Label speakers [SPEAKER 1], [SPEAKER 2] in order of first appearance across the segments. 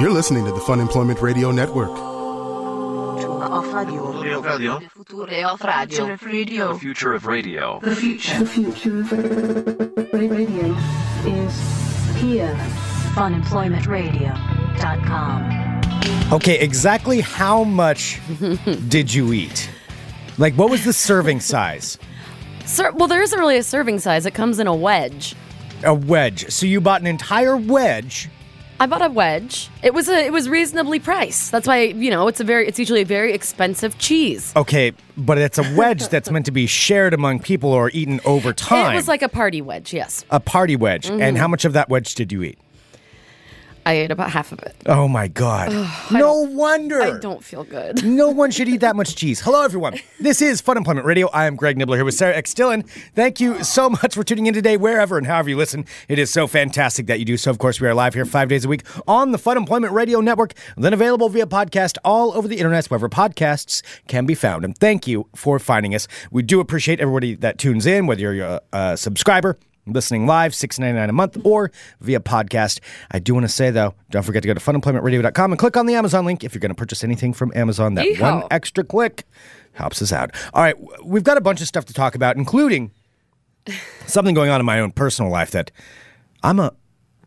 [SPEAKER 1] You're listening to the Fun Employment Radio Network.
[SPEAKER 2] Future of Radio.
[SPEAKER 3] Radio.
[SPEAKER 2] Future of Radio.
[SPEAKER 3] The future of radio.
[SPEAKER 4] The future of radio is here.
[SPEAKER 5] funemploymentradio.com.
[SPEAKER 6] Okay, exactly how much did you eat? Like, what was the serving size?
[SPEAKER 5] Sir, well, there isn't really a serving size. It comes in a wedge.
[SPEAKER 6] A wedge. So you bought an entire wedge.
[SPEAKER 5] I bought a wedge. It was a it was reasonably priced. That's why you know it's a very it's usually a very expensive cheese.
[SPEAKER 6] Okay, but it's a wedge that's meant to be shared among people or eaten over time.
[SPEAKER 5] It was like Mm-hmm. a party wedge. Yes,
[SPEAKER 6] a party wedge. And how much of that wedge did you eat?
[SPEAKER 5] I ate about half of it.
[SPEAKER 6] Oh my God. no wonder.
[SPEAKER 5] I don't feel good.
[SPEAKER 6] No one should eat that much cheese. Hello, everyone. This is Fun Employment Radio. I am Greg Nibbler here with Sarah X. Dillon. Thank you so much for tuning in today, wherever and however you listen. It is so fantastic that you do so. Of course, we are live here five days a week on the Fun Employment Radio Network, then available via podcast all over the internet, wherever podcasts can be found. And thank you for finding us. We do appreciate everybody that tunes in, whether you're a, a subscriber listening live, six ninety nine a month, or via podcast. I do want to say though, don't forget to go to funemploymentradio.com and click on the Amazon link if you're going to purchase anything from Amazon. That one
[SPEAKER 5] Yeehaw.
[SPEAKER 6] extra click helps us out. All right, w- we've got a bunch of stuff to talk about, including something going on in my own personal life that I'm a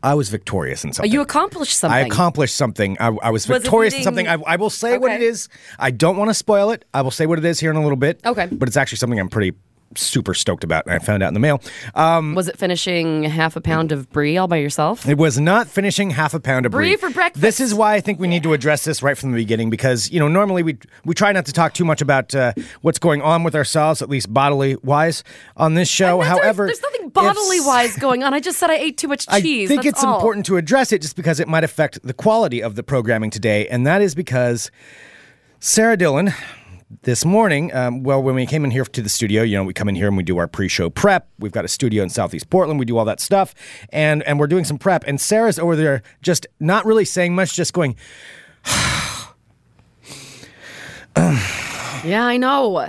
[SPEAKER 6] I was victorious in something.
[SPEAKER 5] You accomplished something.
[SPEAKER 6] I accomplished something. I, I was
[SPEAKER 5] Was it
[SPEAKER 6] victorious in
[SPEAKER 5] eating-
[SPEAKER 6] something. I, I will say what
[SPEAKER 5] Okay.
[SPEAKER 6] it is. I don't want to spoil it. I will say what it is here in a little bit.
[SPEAKER 5] Okay.
[SPEAKER 6] But it's actually something I'm pretty super stoked about, and I found out in the mail.
[SPEAKER 5] was it finishing half a pound of brie all by yourself?
[SPEAKER 6] It was not finishing half a pound of brie,
[SPEAKER 5] Brie for breakfast.
[SPEAKER 6] This is why I think we need to address this right from the beginning because you know normally we we try not to talk too much about uh, what's going on with ourselves, at least bodily wise, on this show.
[SPEAKER 5] That's-
[SPEAKER 6] However,
[SPEAKER 5] there's nothing
[SPEAKER 6] if-
[SPEAKER 5] bodily wise going on. I just said I ate too much
[SPEAKER 6] I
[SPEAKER 5] cheese.
[SPEAKER 6] think
[SPEAKER 5] That's
[SPEAKER 6] it's
[SPEAKER 5] all.
[SPEAKER 6] important to address it just because it might affect the quality of the programming today, and that is because Sarah Dillon. This morning, um, well, when we came in here to the studio, you know, we come in here and we do our pre-show prep. We've got a studio in Southeast Portland. We do all that stuff, and and we're doing some prep. And Sarah's over there, just not really saying much, just going,
[SPEAKER 5] Yeah, I know.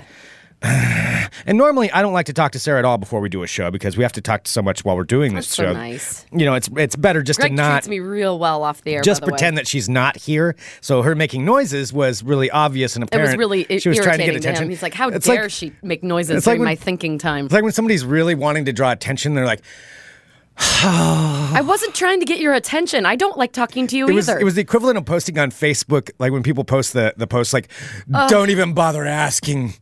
[SPEAKER 6] And normally, I don't like to talk to Sarah at all before we do a show because we have to talk so much while we're doing this
[SPEAKER 5] That's so
[SPEAKER 6] show.
[SPEAKER 5] nice.
[SPEAKER 6] You know, it's it's better just
[SPEAKER 5] Greg
[SPEAKER 6] to not
[SPEAKER 5] treats me real well off the air.
[SPEAKER 6] just
[SPEAKER 5] by the way.
[SPEAKER 6] pretend that she's not here. So her making noises was really obvious and
[SPEAKER 5] It
[SPEAKER 6] apparent.
[SPEAKER 5] was really i-
[SPEAKER 6] she was trying
[SPEAKER 5] irritating
[SPEAKER 6] to get attention.
[SPEAKER 5] him. He's like, "How
[SPEAKER 6] It's
[SPEAKER 5] dare
[SPEAKER 6] like-
[SPEAKER 5] she make noises
[SPEAKER 6] it's like
[SPEAKER 5] during
[SPEAKER 6] when-
[SPEAKER 5] my thinking time?"
[SPEAKER 6] It's like when somebody's really wanting to draw attention, they're like,
[SPEAKER 5] I wasn't trying to get your attention. I don't like talking to you
[SPEAKER 6] it
[SPEAKER 5] either.
[SPEAKER 6] was, it was the equivalent of posting on Facebook, like when people post the, the post, like, don't even bother asking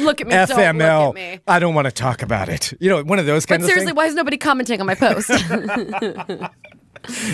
[SPEAKER 5] look at me. Don't
[SPEAKER 6] FML.
[SPEAKER 5] look at me.
[SPEAKER 6] I don't want to talk about it. You know, one of those
[SPEAKER 5] But
[SPEAKER 6] kinds
[SPEAKER 5] seriously,
[SPEAKER 6] of
[SPEAKER 5] why is nobody commenting on my post?
[SPEAKER 6] things.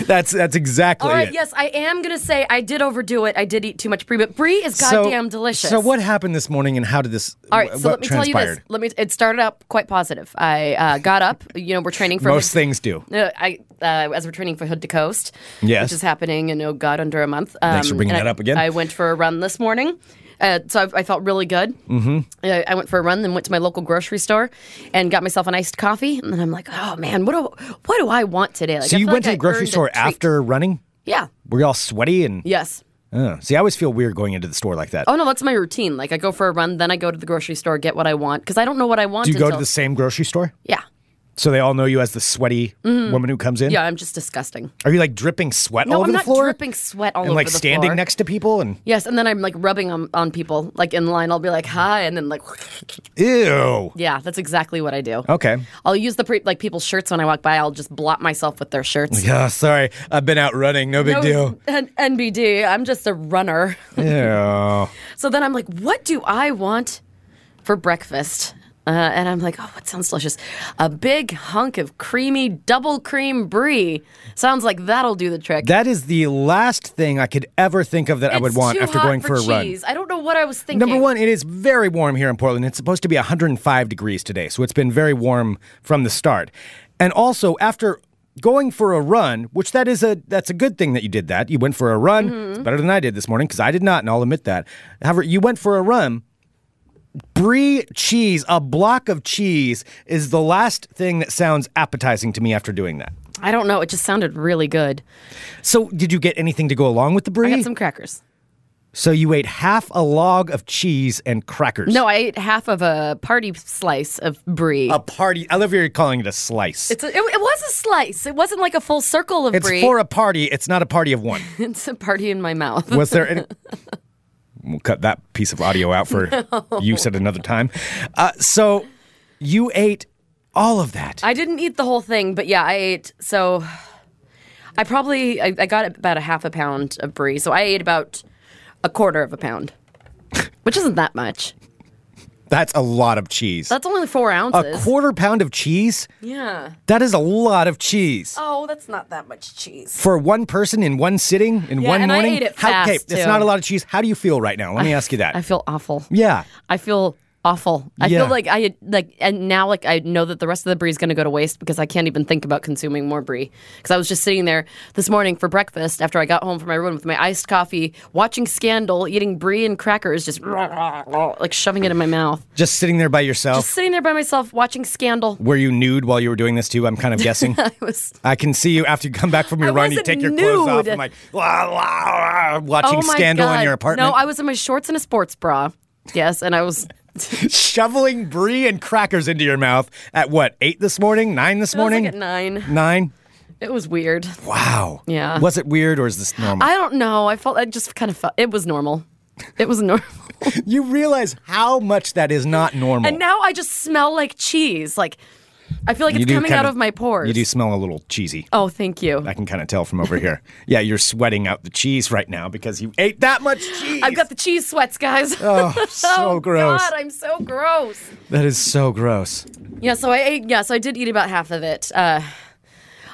[SPEAKER 6] That's, that's exactly
[SPEAKER 5] All right,
[SPEAKER 6] it.
[SPEAKER 5] yes, I am gonna say I did overdo it. I did eat too much brie, but brie is
[SPEAKER 6] So-
[SPEAKER 5] goddamn delicious.
[SPEAKER 6] So what happened this morning, and how did this?
[SPEAKER 5] All right,
[SPEAKER 6] wh-
[SPEAKER 5] so
[SPEAKER 6] what
[SPEAKER 5] let me
[SPEAKER 6] transpired?
[SPEAKER 5] tell you this. Let me. It started out quite positive. I uh, got up. You know, we're training for
[SPEAKER 6] Most things do.
[SPEAKER 5] No, I uh, as we're training for Hood to Coast,
[SPEAKER 6] Yes.
[SPEAKER 5] which is happening in oh god under a month.
[SPEAKER 6] Thanks for
[SPEAKER 5] Um,
[SPEAKER 6] bringing
[SPEAKER 5] and
[SPEAKER 6] that
[SPEAKER 5] I-
[SPEAKER 6] up again.
[SPEAKER 5] I went for a run this morning, uh, so I, I felt really good. Mm-hmm. I, I went for a run, then went to my local grocery store and got myself an iced coffee, and then I'm like, oh man, what do what do I want today? Like,
[SPEAKER 6] So
[SPEAKER 5] I
[SPEAKER 6] you
[SPEAKER 5] feel
[SPEAKER 6] went
[SPEAKER 5] like
[SPEAKER 6] to
[SPEAKER 5] I
[SPEAKER 6] the grocery
[SPEAKER 5] earned a
[SPEAKER 6] store
[SPEAKER 5] treat.
[SPEAKER 6] after running?
[SPEAKER 5] Yeah.
[SPEAKER 6] Were you all sweaty and?
[SPEAKER 5] Yes.
[SPEAKER 6] Uh, see, I always feel weird going into the store like that.
[SPEAKER 5] Oh no, that's my routine. Like I go for a run, then I go to the grocery store, get what I want because I don't know what I want.
[SPEAKER 6] do you go to
[SPEAKER 5] until-
[SPEAKER 6] the same grocery store?
[SPEAKER 5] Yeah.
[SPEAKER 6] So they all know you as the sweaty woman who comes in.
[SPEAKER 5] Mm-hmm. Yeah, I'm just disgusting.
[SPEAKER 6] Are you like dripping sweat
[SPEAKER 5] No,
[SPEAKER 6] all over
[SPEAKER 5] I'm
[SPEAKER 6] the
[SPEAKER 5] not
[SPEAKER 6] floor?
[SPEAKER 5] dripping sweat all
[SPEAKER 6] and
[SPEAKER 5] over
[SPEAKER 6] like
[SPEAKER 5] the
[SPEAKER 6] standing
[SPEAKER 5] floor.
[SPEAKER 6] next to people and
[SPEAKER 5] Yes, and then I'm like rubbing on, on people, like in line. I'll be like, "Hi," and then like,
[SPEAKER 6] ew.
[SPEAKER 5] yeah, that's exactly what I do.
[SPEAKER 6] Okay.
[SPEAKER 5] I'll use the pre- like people's shirts when I walk by. I'll just blot myself with their shirts.
[SPEAKER 6] Yeah, sorry. I've been out running. No big
[SPEAKER 5] No,
[SPEAKER 6] deal.
[SPEAKER 5] N- NBD. I'm just a runner.
[SPEAKER 6] Yeah.
[SPEAKER 5] so then I'm like, "What do I want for breakfast?" Uh, and I'm like, "Oh, what sounds delicious? A big hunk of creamy double cream brie sounds like that'll do the trick."
[SPEAKER 6] That is the last thing I could ever think of that I would
[SPEAKER 5] It's
[SPEAKER 6] want
[SPEAKER 5] too
[SPEAKER 6] after
[SPEAKER 5] hot
[SPEAKER 6] going for, a run.
[SPEAKER 5] cheese. I don't know what I was thinking.
[SPEAKER 6] Number one, it is very warm here in Portland. It's supposed to be 105 degrees today, so it's been very warm from the start. And also, after going for a run, which that is a that's a good thing that you did that. You went for a run. It's better than I did this morning because I did not, and I'll admit that. However, you went for a run. Brie cheese, a block of cheese, is the last thing that sounds appetizing to me after doing that.
[SPEAKER 5] I don't know. It just sounded really good.
[SPEAKER 6] So, did you get anything to go along with the brie?
[SPEAKER 5] I got some crackers.
[SPEAKER 6] So you ate half a log of cheese and crackers.
[SPEAKER 5] No, I ate half of a party slice of brie.
[SPEAKER 6] a party. I love how you're calling it a slice.
[SPEAKER 5] It's a, it, it was a slice. It wasn't like a full circle of
[SPEAKER 6] It's
[SPEAKER 5] brie.
[SPEAKER 6] for a party. It's not a party of one.
[SPEAKER 5] it's a party in my mouth.
[SPEAKER 6] Was there any? We'll cut that piece of audio out for use at another time. Uh, so you ate all of that.
[SPEAKER 5] I didn't eat the whole thing, but yeah, I ate. So I probably I, I got about a half a pound of brie, so I ate about a quarter of a pound, which isn't that much.
[SPEAKER 6] That's a lot of cheese.
[SPEAKER 5] That's only four
[SPEAKER 6] a
[SPEAKER 5] ounces.
[SPEAKER 6] quarter pound of cheese?
[SPEAKER 5] yeah.
[SPEAKER 6] That is a lot of cheese.
[SPEAKER 5] Oh, that's not that much cheese.
[SPEAKER 6] For one person in one sitting, in
[SPEAKER 5] Yeah,
[SPEAKER 6] one
[SPEAKER 5] and I
[SPEAKER 6] morning?
[SPEAKER 5] ate it
[SPEAKER 6] How- okay,
[SPEAKER 5] fast,
[SPEAKER 6] it's
[SPEAKER 5] too.
[SPEAKER 6] not a lot of cheese. How do you feel right now? Let me ask you that.
[SPEAKER 5] I feel awful.
[SPEAKER 6] yeah.
[SPEAKER 5] I feel awful. I
[SPEAKER 6] Yeah.
[SPEAKER 5] feel like I like and now like I know that the rest of the brie is going to go to waste because I can't even think about consuming more brie because I was just sitting there this morning for breakfast after I got home from my room with my iced coffee, watching Scandal, eating brie and crackers, just like shoving it in my mouth.
[SPEAKER 6] Just sitting there by yourself.
[SPEAKER 5] Just sitting there by myself watching Scandal.
[SPEAKER 6] Were you nude while you were doing this too? I'm kind of guessing.
[SPEAKER 5] It was
[SPEAKER 6] I can see you after you come back from your
[SPEAKER 5] I
[SPEAKER 6] run. You
[SPEAKER 5] wasn't
[SPEAKER 6] take your clothes off.
[SPEAKER 5] nude.
[SPEAKER 6] I'm like, "Wah, wah, wah," watching
[SPEAKER 5] oh my
[SPEAKER 6] Scandal
[SPEAKER 5] God.
[SPEAKER 6] in your apartment.
[SPEAKER 5] No, I was in my shorts and a sports bra. Yes, and I was
[SPEAKER 6] shoveling brie and crackers into your mouth at what? Eight this morning? Nine this morning?
[SPEAKER 5] It was like at nine.
[SPEAKER 6] Nine?
[SPEAKER 5] It was weird.
[SPEAKER 6] Wow.
[SPEAKER 5] Yeah.
[SPEAKER 6] Was it weird or is this normal?
[SPEAKER 5] I don't know. I felt I just kind of felt it was normal. It was normal.
[SPEAKER 6] you realize how much that is not normal.
[SPEAKER 5] And now I just smell like cheese. Like I feel like
[SPEAKER 6] You
[SPEAKER 5] it's
[SPEAKER 6] do
[SPEAKER 5] coming
[SPEAKER 6] kind
[SPEAKER 5] out
[SPEAKER 6] of-
[SPEAKER 5] of my pores.
[SPEAKER 6] You do smell a little cheesy.
[SPEAKER 5] Oh, thank you.
[SPEAKER 6] I can kind of tell from over here. Yeah, you're sweating out the cheese right now because you ate that much cheese.
[SPEAKER 5] I've got the cheese sweats, guys.
[SPEAKER 6] Oh, so gross.
[SPEAKER 5] God, I'm so gross.
[SPEAKER 6] that is so gross.
[SPEAKER 5] Yeah, so I ate. Yeah, so I did eat about half of it. Uh,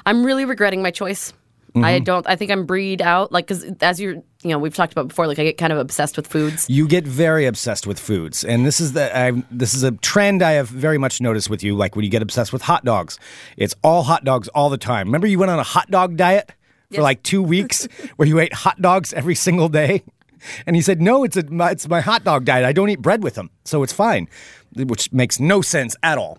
[SPEAKER 5] I'm really regretting my choice. I
[SPEAKER 6] Mm-hmm.
[SPEAKER 5] don't. I think I'm breed out. Like, cause as you, you know, we've talked about before. Like, I get kind of obsessed with foods.
[SPEAKER 6] You get very obsessed with foods, and this is the I, this is a trend I have very much noticed with you. Like when you get obsessed with hot dogs, it's all hot dogs all the time. Remember, you went on a hot dog diet for like two weeks, where you ate hot dogs every single day, and he said, "No, it's a my, it's my hot dog diet. I don't eat bread with them, so it's fine," which makes no sense at all.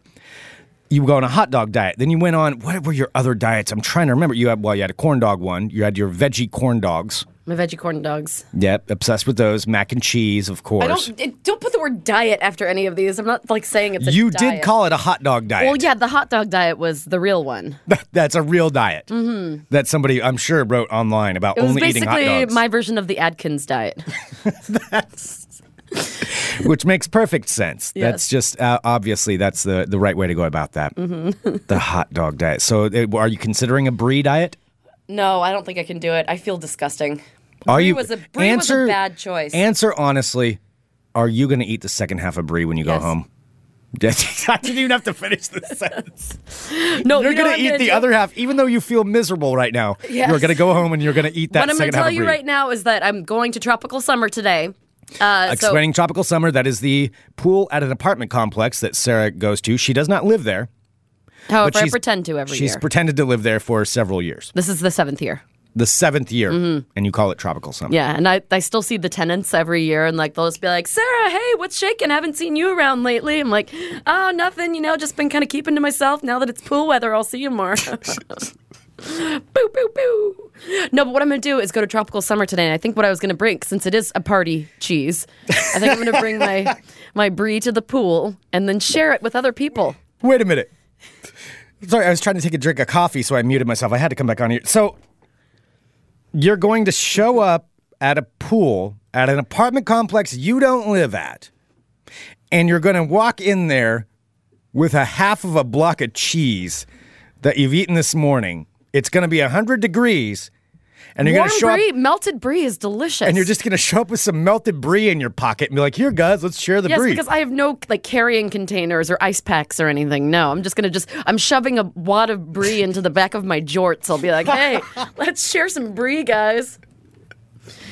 [SPEAKER 6] You go on a hot dog diet. Then you went on what were your other diets? I'm trying to remember. You had well, you had a corn dog one. You had your veggie corn dogs.
[SPEAKER 5] My veggie corn dogs.
[SPEAKER 6] Yep, obsessed with those mac and cheese, of course.
[SPEAKER 5] I don't. it- Don't put the word diet after any of these. I'm not like saying it's. A
[SPEAKER 6] You did
[SPEAKER 5] diet.
[SPEAKER 6] call it a hot dog diet.
[SPEAKER 5] Well, yeah, the hot dog diet was the real one.
[SPEAKER 6] That's a real diet mm-hmm. that somebody, I'm sure, wrote online about
[SPEAKER 5] It was
[SPEAKER 6] only eating hot
[SPEAKER 5] basically
[SPEAKER 6] dogs,
[SPEAKER 5] my version of the Atkins diet.
[SPEAKER 6] which makes perfect sense. That's
[SPEAKER 5] Yes.
[SPEAKER 6] just uh, obviously that's the, the right way to go about that. Mm-hmm. the hot dog diet. So, it, are you considering a brie diet?
[SPEAKER 5] No, I don't think I can do it. I feel disgusting.
[SPEAKER 6] Are
[SPEAKER 5] Brie
[SPEAKER 6] you
[SPEAKER 5] was a- brie was a
[SPEAKER 6] answer,
[SPEAKER 5] bad choice.
[SPEAKER 6] Answer honestly. Are you going to eat the second half of brie when you
[SPEAKER 5] Yes.
[SPEAKER 6] go home? I didn't even have to finish the sentence.
[SPEAKER 5] No,
[SPEAKER 6] You're
[SPEAKER 5] Oh, you know
[SPEAKER 6] going
[SPEAKER 5] what
[SPEAKER 6] to
[SPEAKER 5] I'm
[SPEAKER 6] eat the
[SPEAKER 5] do?
[SPEAKER 6] other half, even though you feel miserable right now. You're
[SPEAKER 5] Yes.
[SPEAKER 6] going to go home and you're going to eat that
[SPEAKER 5] What I'm
[SPEAKER 6] second
[SPEAKER 5] going to
[SPEAKER 6] half
[SPEAKER 5] tell
[SPEAKER 6] of
[SPEAKER 5] you
[SPEAKER 6] brie.
[SPEAKER 5] right now is that I'm going to tropical summer today. Uh, so
[SPEAKER 6] Explaining Tropical Summer, that is the pool at an apartment complex that Sarah goes to. She does not live there.
[SPEAKER 5] However, I
[SPEAKER 6] she's-
[SPEAKER 5] pretend to every
[SPEAKER 6] She's
[SPEAKER 5] year.
[SPEAKER 6] pretended to live there for several years.
[SPEAKER 5] this is the seventh year.
[SPEAKER 6] The seventh year,
[SPEAKER 5] Mm-hmm.
[SPEAKER 6] and you call it Tropical Summer.
[SPEAKER 5] Yeah, and I, I still see the tenants every year, and like they'll just be like, Sarah, hey, what's shaking? Haven't seen you around lately. I'm like, oh, nothing, you know, just been kind of keeping to myself. Now that it's pool weather, I'll see you more. boo, boo, boo. No, but what I'm gonna do is go to tropical summer today. And I think what I was gonna bring, since it is a party cheese, I think I'm gonna bring my my brie to the pool and then share it with other people.
[SPEAKER 6] Wait a minute. Sorry, I was trying to take a drink of coffee, so I muted myself. I had to come back on here. So you're going to show up at a pool at an apartment complex you don't live at, and you're going to walk in there with a half of a block of cheese that you've eaten this morning. It's going to be 100 degrees, and you're going
[SPEAKER 5] Warm
[SPEAKER 6] to show
[SPEAKER 5] brie,
[SPEAKER 6] up.
[SPEAKER 5] melted brie is delicious.
[SPEAKER 6] And you're just going to show up with some melted brie in your pocket and be like, here, guys, let's share the
[SPEAKER 5] Yes,
[SPEAKER 6] brie.
[SPEAKER 5] because I have no like carrying containers or ice packs or anything. No, I'm just gonna just I'm shoving a wad of brie into the back of my jorts. I'll be like, hey, let's share some brie, guys.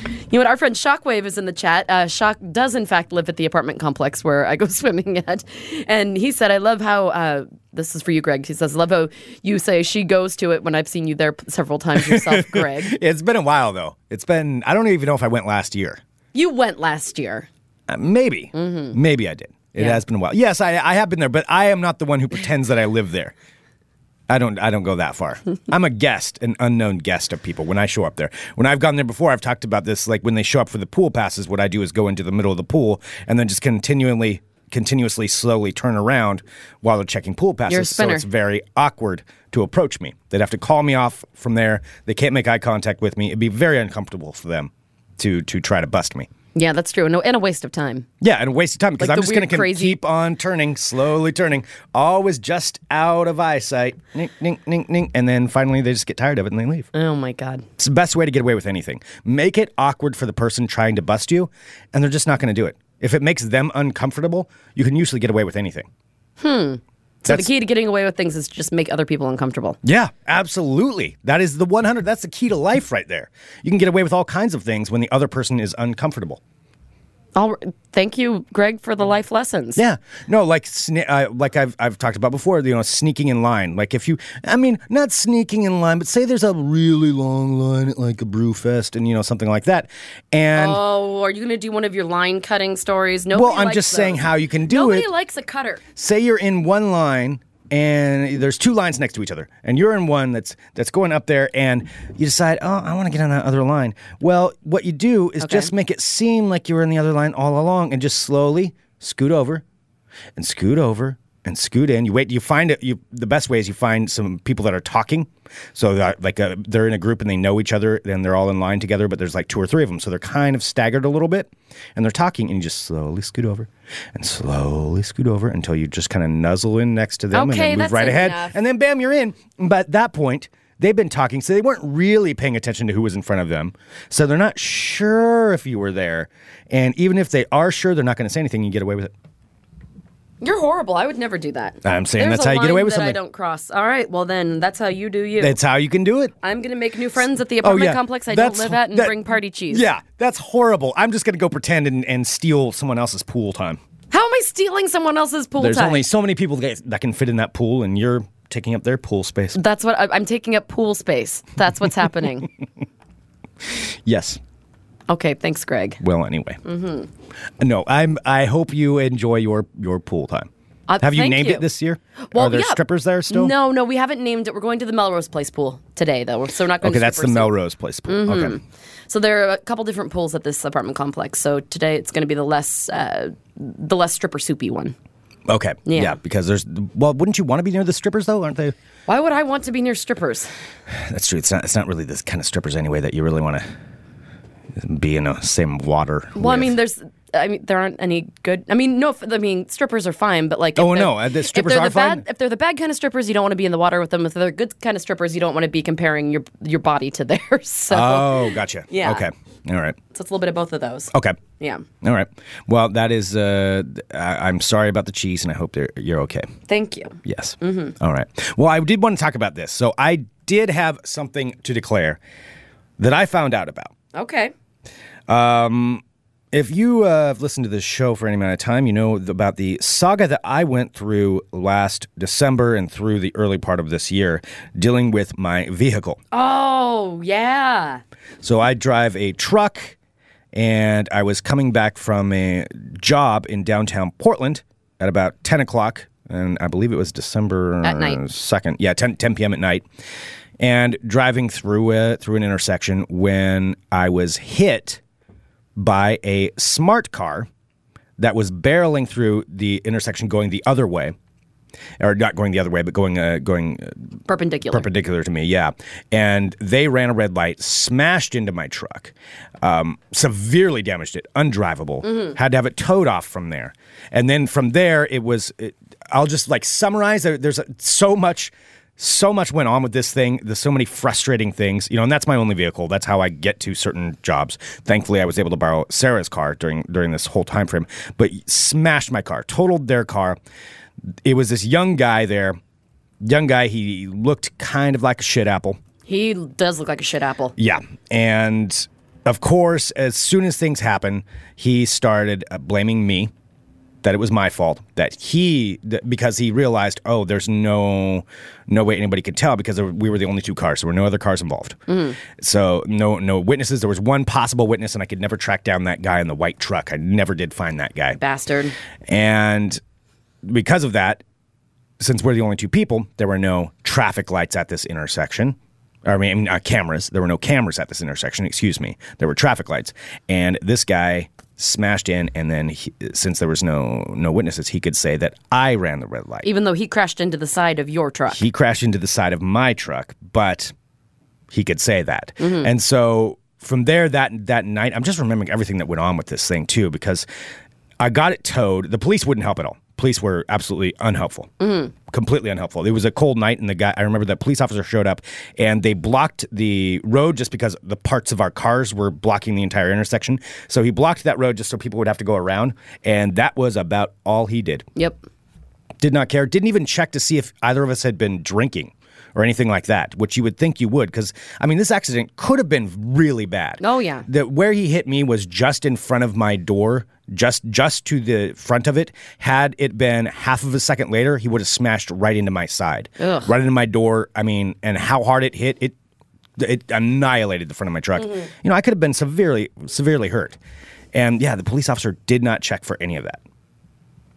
[SPEAKER 5] You know what? Our friend Shockwave is in the chat. Uh, Shock does in fact live at the apartment complex where I go swimming at, and he said, "I love how." Uh, this is for you, Greg. He says, "Love how you say she goes to it when I've seen you there p- several times yourself, Greg.
[SPEAKER 6] it's been a while, though. It's been, I don't even know if I went last year.
[SPEAKER 5] You went last year.
[SPEAKER 6] Uh, maybe. Maybe I did. It
[SPEAKER 5] Mm-hmm. Yeah.
[SPEAKER 6] has been a while. Yes, I, I have been there, but I am not the one who pretends that I live there. I don't. I don't go that far. I'm a guest, an unknown guest of people when I show up there. When I've gone there before, I've talked about this. Like when they show up for the pool passes, what I do is go into the middle of the pool and then just continually, continuously, slowly turn around while they're checking pool passes.
[SPEAKER 5] You're a
[SPEAKER 6] so
[SPEAKER 5] spinner.
[SPEAKER 6] it's very awkward to approach me. They'd have to call me off from there. They can't make eye contact with me. It'd be very uncomfortable for them to to try to bust me.
[SPEAKER 5] Yeah, that's true. No, and a waste of time.
[SPEAKER 6] Yeah, and a waste of time because
[SPEAKER 5] Like
[SPEAKER 6] I'm
[SPEAKER 5] the
[SPEAKER 6] just going
[SPEAKER 5] weird,
[SPEAKER 6] to
[SPEAKER 5] crazy-
[SPEAKER 6] keep on turning, slowly turning, always just out of eyesight. Ning, ning, ning, ning. And then finally they just get tired of it and they leave.
[SPEAKER 5] Oh my god.
[SPEAKER 6] It's the best way to get away with anything. Make it awkward for the person trying to bust you, and they're just not going to do it. If it makes them uncomfortable, you can usually get away with anything. Hmm.
[SPEAKER 5] So the key to getting away with things is just make other people uncomfortable.
[SPEAKER 6] Yeah, absolutely. That is the 100. That's the key to life right there. You can get away with all kinds of things when the other person is uncomfortable.
[SPEAKER 5] All, thank you, Greg, for the life lessons.
[SPEAKER 6] Yeah, no, like sne- uh, like I've I've talked about before, you know, sneaking in line. Like if you, I mean, not sneaking in line, but say there's a really long line at like a brew fest and you know something like that. And
[SPEAKER 5] Oh, are you going to do one of your line cutting stories? Nobody
[SPEAKER 6] well, I'm
[SPEAKER 5] likes
[SPEAKER 6] just saying
[SPEAKER 5] those.
[SPEAKER 6] how you can do
[SPEAKER 5] Nobody
[SPEAKER 6] it.
[SPEAKER 5] likes a cutter.
[SPEAKER 6] say you're in one line and there's two lines next to each other and you're in one that's that's going up there and you decide oh i want to get on that other line well what you do is just make it seem like you were in the other line all along and just slowly scoot over and scoot over and scoot in you wait you find it you the best way is you find some people that are talking so that, like uh they're in a group and they know each other and they're all in line together but there's like two or three of them so they're kind of staggered a little bit and they're talking and you just slowly scoot over and slowly scoot over until you just kind of nuzzle in next to them
[SPEAKER 5] Okay,
[SPEAKER 6] and then move
[SPEAKER 5] that's
[SPEAKER 6] right ahead
[SPEAKER 5] enough.
[SPEAKER 6] and then bam you're in but at that point they've been talking so they weren't really paying attention to who was in front of them so they're not sure if you were there and even if they are sure they're not going to say anything you get away with it
[SPEAKER 5] You're horrible. I would never do that.
[SPEAKER 6] I'm saying
[SPEAKER 5] There's
[SPEAKER 6] that's
[SPEAKER 5] a
[SPEAKER 6] how you get
[SPEAKER 5] line
[SPEAKER 6] away with
[SPEAKER 5] that I
[SPEAKER 6] something.
[SPEAKER 5] don't cross. All right. Well, then that's how you do you.
[SPEAKER 6] that's how you can do it
[SPEAKER 5] I'm going to make new friends at the apartment complex I don't
[SPEAKER 6] That's-
[SPEAKER 5] live at and
[SPEAKER 6] that-
[SPEAKER 5] bring party cheese.
[SPEAKER 6] Yeah, that's horrible. I'm just gonna go pretend and, and steal someone else's pool time.
[SPEAKER 5] How am I stealing someone else's pool
[SPEAKER 6] There's
[SPEAKER 5] time?
[SPEAKER 6] only so many people that that can fit in that pool, and you're taking up their pool space.
[SPEAKER 5] That's what I, I'm taking up pool space. That's what's happening.
[SPEAKER 6] Yes.
[SPEAKER 5] Okay. Thanks, Greg.
[SPEAKER 6] Well, anyway. Mm-hmm. No, I'm. I hope you enjoy your your pool time.
[SPEAKER 5] Uh,
[SPEAKER 6] Have you
[SPEAKER 5] thank
[SPEAKER 6] named
[SPEAKER 5] you.
[SPEAKER 6] it this year?
[SPEAKER 5] Well,
[SPEAKER 6] Are there
[SPEAKER 5] yeah.
[SPEAKER 6] strippers there still?
[SPEAKER 5] No, no, we haven't named it. We're going to the Melrose Place pool today, though. So we're not going
[SPEAKER 6] Okay,
[SPEAKER 5] to
[SPEAKER 6] that's the
[SPEAKER 5] strippers. Mm-hmm.
[SPEAKER 6] Melrose Place pool. Okay.
[SPEAKER 5] So there are a couple different pools at this apartment complex. So today it's going to be the less uh, the less stripper soupy one.
[SPEAKER 6] Okay.
[SPEAKER 5] Yeah.
[SPEAKER 6] yeah, because there's. Well, wouldn't you want to be near the strippers though? Aren't they?
[SPEAKER 5] Why would I want to be near strippers?
[SPEAKER 6] That's true. It's not. It's not really this kind of strippers anyway that you really want to be in the same water.
[SPEAKER 5] Well, I
[SPEAKER 6] with.
[SPEAKER 5] mean, there's. I mean, there aren't any good. I mean, no. if- I mean, strippers are fine, but like, if
[SPEAKER 6] Oh,
[SPEAKER 5] they're-
[SPEAKER 6] no, uh, the
[SPEAKER 5] if
[SPEAKER 6] strippers
[SPEAKER 5] they're
[SPEAKER 6] are
[SPEAKER 5] the bad-
[SPEAKER 6] fine.
[SPEAKER 5] if they're the bad kind of strippers, you don't want to be in the water with them. If they're good kind of strippers, you don't want to be comparing your your body to theirs. So,
[SPEAKER 6] Oh, gotcha.
[SPEAKER 5] Yeah.
[SPEAKER 6] Okay. All right.
[SPEAKER 5] so it's a little bit of both of those.
[SPEAKER 6] Okay.
[SPEAKER 5] Yeah.
[SPEAKER 6] All right. Well, that is. Uh, th- I- I'm sorry about the cheese, and I hope they're- you're okay.
[SPEAKER 5] Thank you.
[SPEAKER 6] Yes. Mm-hmm. right. Well, I did want to talk about this. So I did have something to declare that I found out about.
[SPEAKER 5] Okay.
[SPEAKER 6] If you uh, have listened to this show for any amount of time, you know th- about the saga that I went through last December and through the early part of this year, dealing with my vehicle.
[SPEAKER 5] Oh yeah.
[SPEAKER 6] So I drive a truck, and I was coming back from a job in downtown Portland at about 10 o'clock, and I believe it was December
[SPEAKER 5] At night.
[SPEAKER 6] 2nd. Yeah, 10, 10 p.m. at night. And driving through a, through an intersection when I was hit by a smart car that was barreling through the intersection going the other way, or not going the other way, but going uh, going uh,
[SPEAKER 5] Perpendicular.
[SPEAKER 6] perpendicular to me, yeah. And they ran a red light, smashed into my truck, um, severely damaged it, undrivable. Had to have it towed off from there, and then from there it was. It, I'll just like summarize. There- There's so much. So much went on with this thing. There's so many frustrating things, you know, and that's my only vehicle. That's how I get to certain jobs. Thankfully, I was able to borrow Sarah's car during during this whole time frame, but smashed my car, totaled their car. It was this young guy there young guy. He looked kind of like a shit apple.
[SPEAKER 5] he does look like a shit apple.
[SPEAKER 6] Yeah. And of course, as soon as things happen, he started uh, blaming me that it was my fault that he that because he realized oh there's no no way anybody could tell because we were the only two cars there were no other cars involved so no no witnesses there was one possible witness and i could never track down that guy in the white truck i never did find that guy
[SPEAKER 5] Bastard.
[SPEAKER 6] and because of that, since we're the only two people, there were no traffic lights at this intersection. I mean, uh, cameras. There were no cameras at this intersection. Excuse me. There were traffic lights, and this guy smashed in. And then, he, since there was no no witnesses, he could say that I ran the red light.
[SPEAKER 5] even though he crashed into the side of your truck.
[SPEAKER 6] he crashed into the side of my truck, but he could say that. And so from there that that night, I'm just remembering everything that went on with this thing too because I got it towed. The police wouldn't help at all. Police were absolutely unhelpful, completely unhelpful. It was a cold night, and the guy. I remember the police officer showed up, and they blocked the road just because the parts of our cars were blocking the entire intersection. So he blocked that road just so people would have to go around, and that was about all he did
[SPEAKER 5] yep.
[SPEAKER 6] did not care, didn't even check to see if either of us had been drinking or anything like that, which you would think you would, because I mean, this accident could have been really bad.
[SPEAKER 5] Oh, yeah.
[SPEAKER 6] The, where he hit me was just in front of my door, just just to the front of it. Had it been half of a second later, he would have smashed right into my side, right into my door. I mean, and how hard it hit, it it annihilated the front of my truck.
[SPEAKER 5] Mm-hmm.
[SPEAKER 6] You know, I could have been severely severely hurt, and yeah, the police officer did not check for any of that.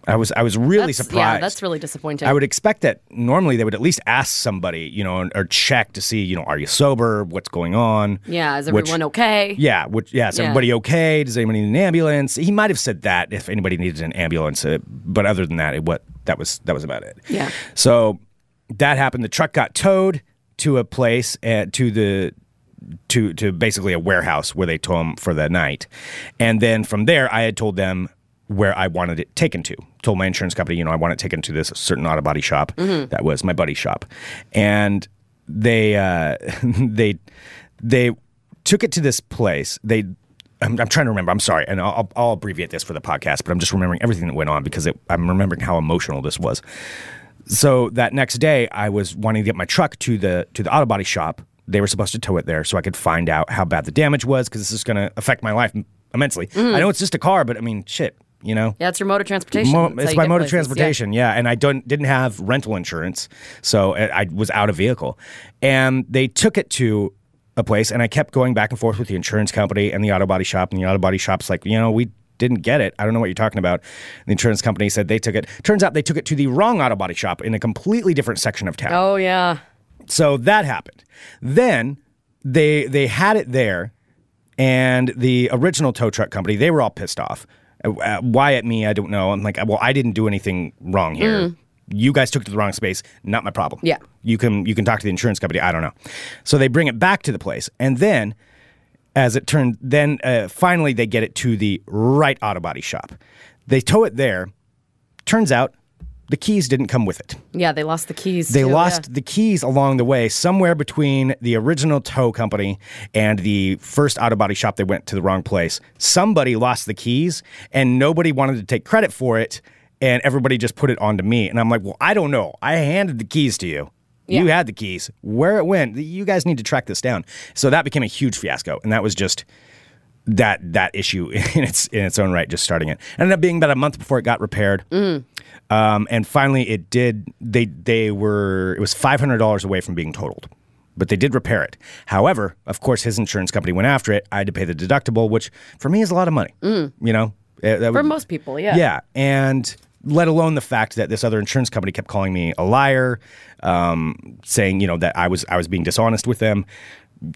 [SPEAKER 6] I was I was really
[SPEAKER 5] That's-
[SPEAKER 6] surprised.
[SPEAKER 5] Yeah, that's really disappointing.
[SPEAKER 6] I would expect that normally they would at least ask somebody, you know, or check to see, you know, are you sober? What's going on?
[SPEAKER 5] yeah, is
[SPEAKER 6] Which-
[SPEAKER 5] everyone okay?
[SPEAKER 6] Yeah, which yeah, is
[SPEAKER 5] Yeah.
[SPEAKER 6] everybody okay? Does anybody need an ambulance? He might have said that if anybody needed an ambulance, uh, but other than that, it what that was that was about it.
[SPEAKER 5] Yeah.
[SPEAKER 6] So that happened. The truck got towed to a place uh, to the to to basically a warehouse where they tow him for the night, and then from there I had told them where I wanted it taken to. Told my insurance company, you know, I want it taken to this certain auto body shop that was my buddy's shop, and they uh, they they took it to this place. They I'm, I'm trying to remember. I'm sorry, and I'll, I'll I'll abbreviate this for the podcast, but I'm just remembering everything that went on because it, I'm remembering how emotional this was so that next day I was wanting to get my truck to the to the auto body shop. They were supposed to tow it there so I could find out how bad the damage was because this is going to affect my life immensely. I know it's just a car, but I mean, shit, you know.
[SPEAKER 5] Yeah, it's your mode of transportation.
[SPEAKER 6] Mo-
[SPEAKER 5] That's how
[SPEAKER 6] it's
[SPEAKER 5] you
[SPEAKER 6] by
[SPEAKER 5] get
[SPEAKER 6] mode of
[SPEAKER 5] places, yeah.
[SPEAKER 6] transportation, yeah. And I don't didn't have rental insurance, so I, I was out of vehicle. And they took it to a place, and I kept going back and forth with the insurance company and the auto body shop. And the auto body shop's like, you know, we didn't get it. I don't know what you're talking about. And the insurance company said they took it. Turns out they took it to the wrong auto body shop in a completely different section of town.
[SPEAKER 5] Oh, yeah.
[SPEAKER 6] So that happened. Then they they had it there, and the original tow truck company they were all pissed off. Uh, uh, Why at me? I don't know. I'm like, well, I didn't do anything wrong here. You guys took it to the wrong space. Not my problem.
[SPEAKER 5] Yeah.
[SPEAKER 6] you can you can talk to the insurance company. I don't know. So they bring it back to the place, and then as it turned, then uh, finally they get it to the right auto body shop. They tow it there. Turns out the keys didn't come with it.
[SPEAKER 5] Yeah, they lost the keys.
[SPEAKER 6] They
[SPEAKER 5] too,
[SPEAKER 6] lost
[SPEAKER 5] yeah.
[SPEAKER 6] the keys along the way, somewhere between the original tow company and the first auto body shop. They went to the wrong place. Somebody lost the keys, and nobody wanted to take credit for it. And everybody just put it onto me. And I'm like, well, I don't know. I handed the keys to you. You
[SPEAKER 5] Yeah.
[SPEAKER 6] had the keys. Where it went, you guys need to track this down. So that became a huge fiasco, and that was just that that issue in its in its own right. Just starting it ended up being about a month before it got repaired. Um, and finally, it did. They they were it was five hundred dollars away from being totaled, but they did repair it. However, of course, his insurance company went after it. I had to pay the deductible, which for me is a lot of money. You know, Eh, that
[SPEAKER 5] For
[SPEAKER 6] would-
[SPEAKER 5] most people, yeah.
[SPEAKER 6] yeah, and let alone the fact that this other insurance company kept calling me a liar, um, saying you know that I was I was being dishonest with them.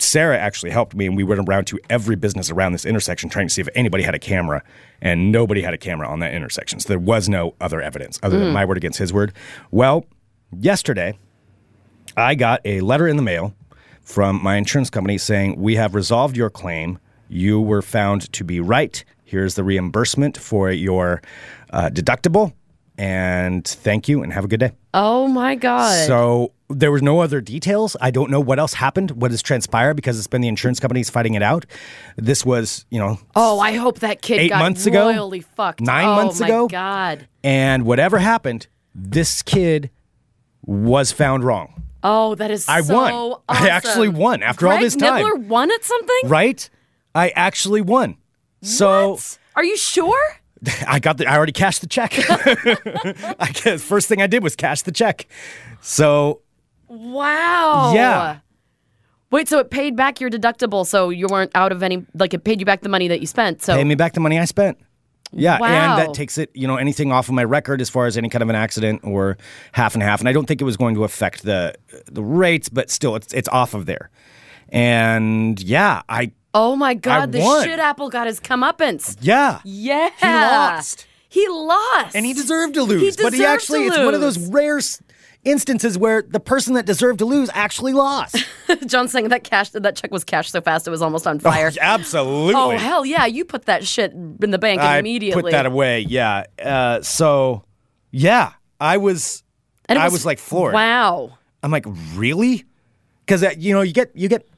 [SPEAKER 6] Sarah actually helped me, and we went around to every business around this intersection trying to see if anybody had a camera, and nobody had a camera on that intersection. So there was no other evidence other than my word against his word. Well, yesterday, I got a letter in the mail from my insurance company saying, We have resolved your claim. You were found to be right. Here's the reimbursement for your uh, deductible. And thank you and have a good day.
[SPEAKER 5] Oh, my God.
[SPEAKER 6] So there was no other details. I don't know what else happened, what has transpired because it's been the insurance companies fighting it out. This was, you know,
[SPEAKER 5] oh, I hope that kid
[SPEAKER 6] Eight
[SPEAKER 5] got
[SPEAKER 6] months ago?
[SPEAKER 5] royally fucked.
[SPEAKER 6] Nine
[SPEAKER 5] oh,
[SPEAKER 6] months
[SPEAKER 5] my
[SPEAKER 6] ago?
[SPEAKER 5] God.
[SPEAKER 6] and whatever happened, this kid was found wrong.
[SPEAKER 5] Oh, that is
[SPEAKER 6] I
[SPEAKER 5] so
[SPEAKER 6] won. I
[SPEAKER 5] awesome.
[SPEAKER 6] actually won after all
[SPEAKER 5] Greg
[SPEAKER 6] this time.
[SPEAKER 5] Nibbler won at something?
[SPEAKER 6] Right? I actually won. So
[SPEAKER 5] What? Are you sure?
[SPEAKER 6] I got the. I already cashed the check. I guess first thing I did was cash the check. So
[SPEAKER 5] Wow.
[SPEAKER 6] Yeah.
[SPEAKER 5] Wait, so it paid back your deductible, so you weren't out of any, like it paid you back the money that you spent. So
[SPEAKER 6] pay me back the money I spent. Yeah, and
[SPEAKER 5] Wow.
[SPEAKER 6] that takes it, you know, anything off of my record as far as any kind of an accident or half and half. And I don't think it was going to affect the the rates, but still, it's it's off of there. And yeah, I
[SPEAKER 5] Oh my God, the
[SPEAKER 6] won.
[SPEAKER 5] shit apple got his comeuppance.
[SPEAKER 6] yeah,
[SPEAKER 5] Yeah.
[SPEAKER 6] he lost,
[SPEAKER 5] He lost.
[SPEAKER 6] and he deserved to lose. but he
[SPEAKER 5] deserved
[SPEAKER 6] actually,
[SPEAKER 5] to
[SPEAKER 6] it's one of those
[SPEAKER 5] lose.
[SPEAKER 6] rare s- instances where the person that deserved to lose actually lost.
[SPEAKER 5] John's saying that cash that check was cashed so fast it was almost
[SPEAKER 6] Oh,
[SPEAKER 5] on fire.
[SPEAKER 6] Absolutely.
[SPEAKER 5] Oh hell yeah! You put that shit in the bank
[SPEAKER 6] I
[SPEAKER 5] immediately.
[SPEAKER 6] put that away. Yeah. Uh, so, yeah, I was,
[SPEAKER 5] And it
[SPEAKER 6] I was like floored.
[SPEAKER 5] Wow.
[SPEAKER 6] I'm like, really? Because uh, you know, you get you get,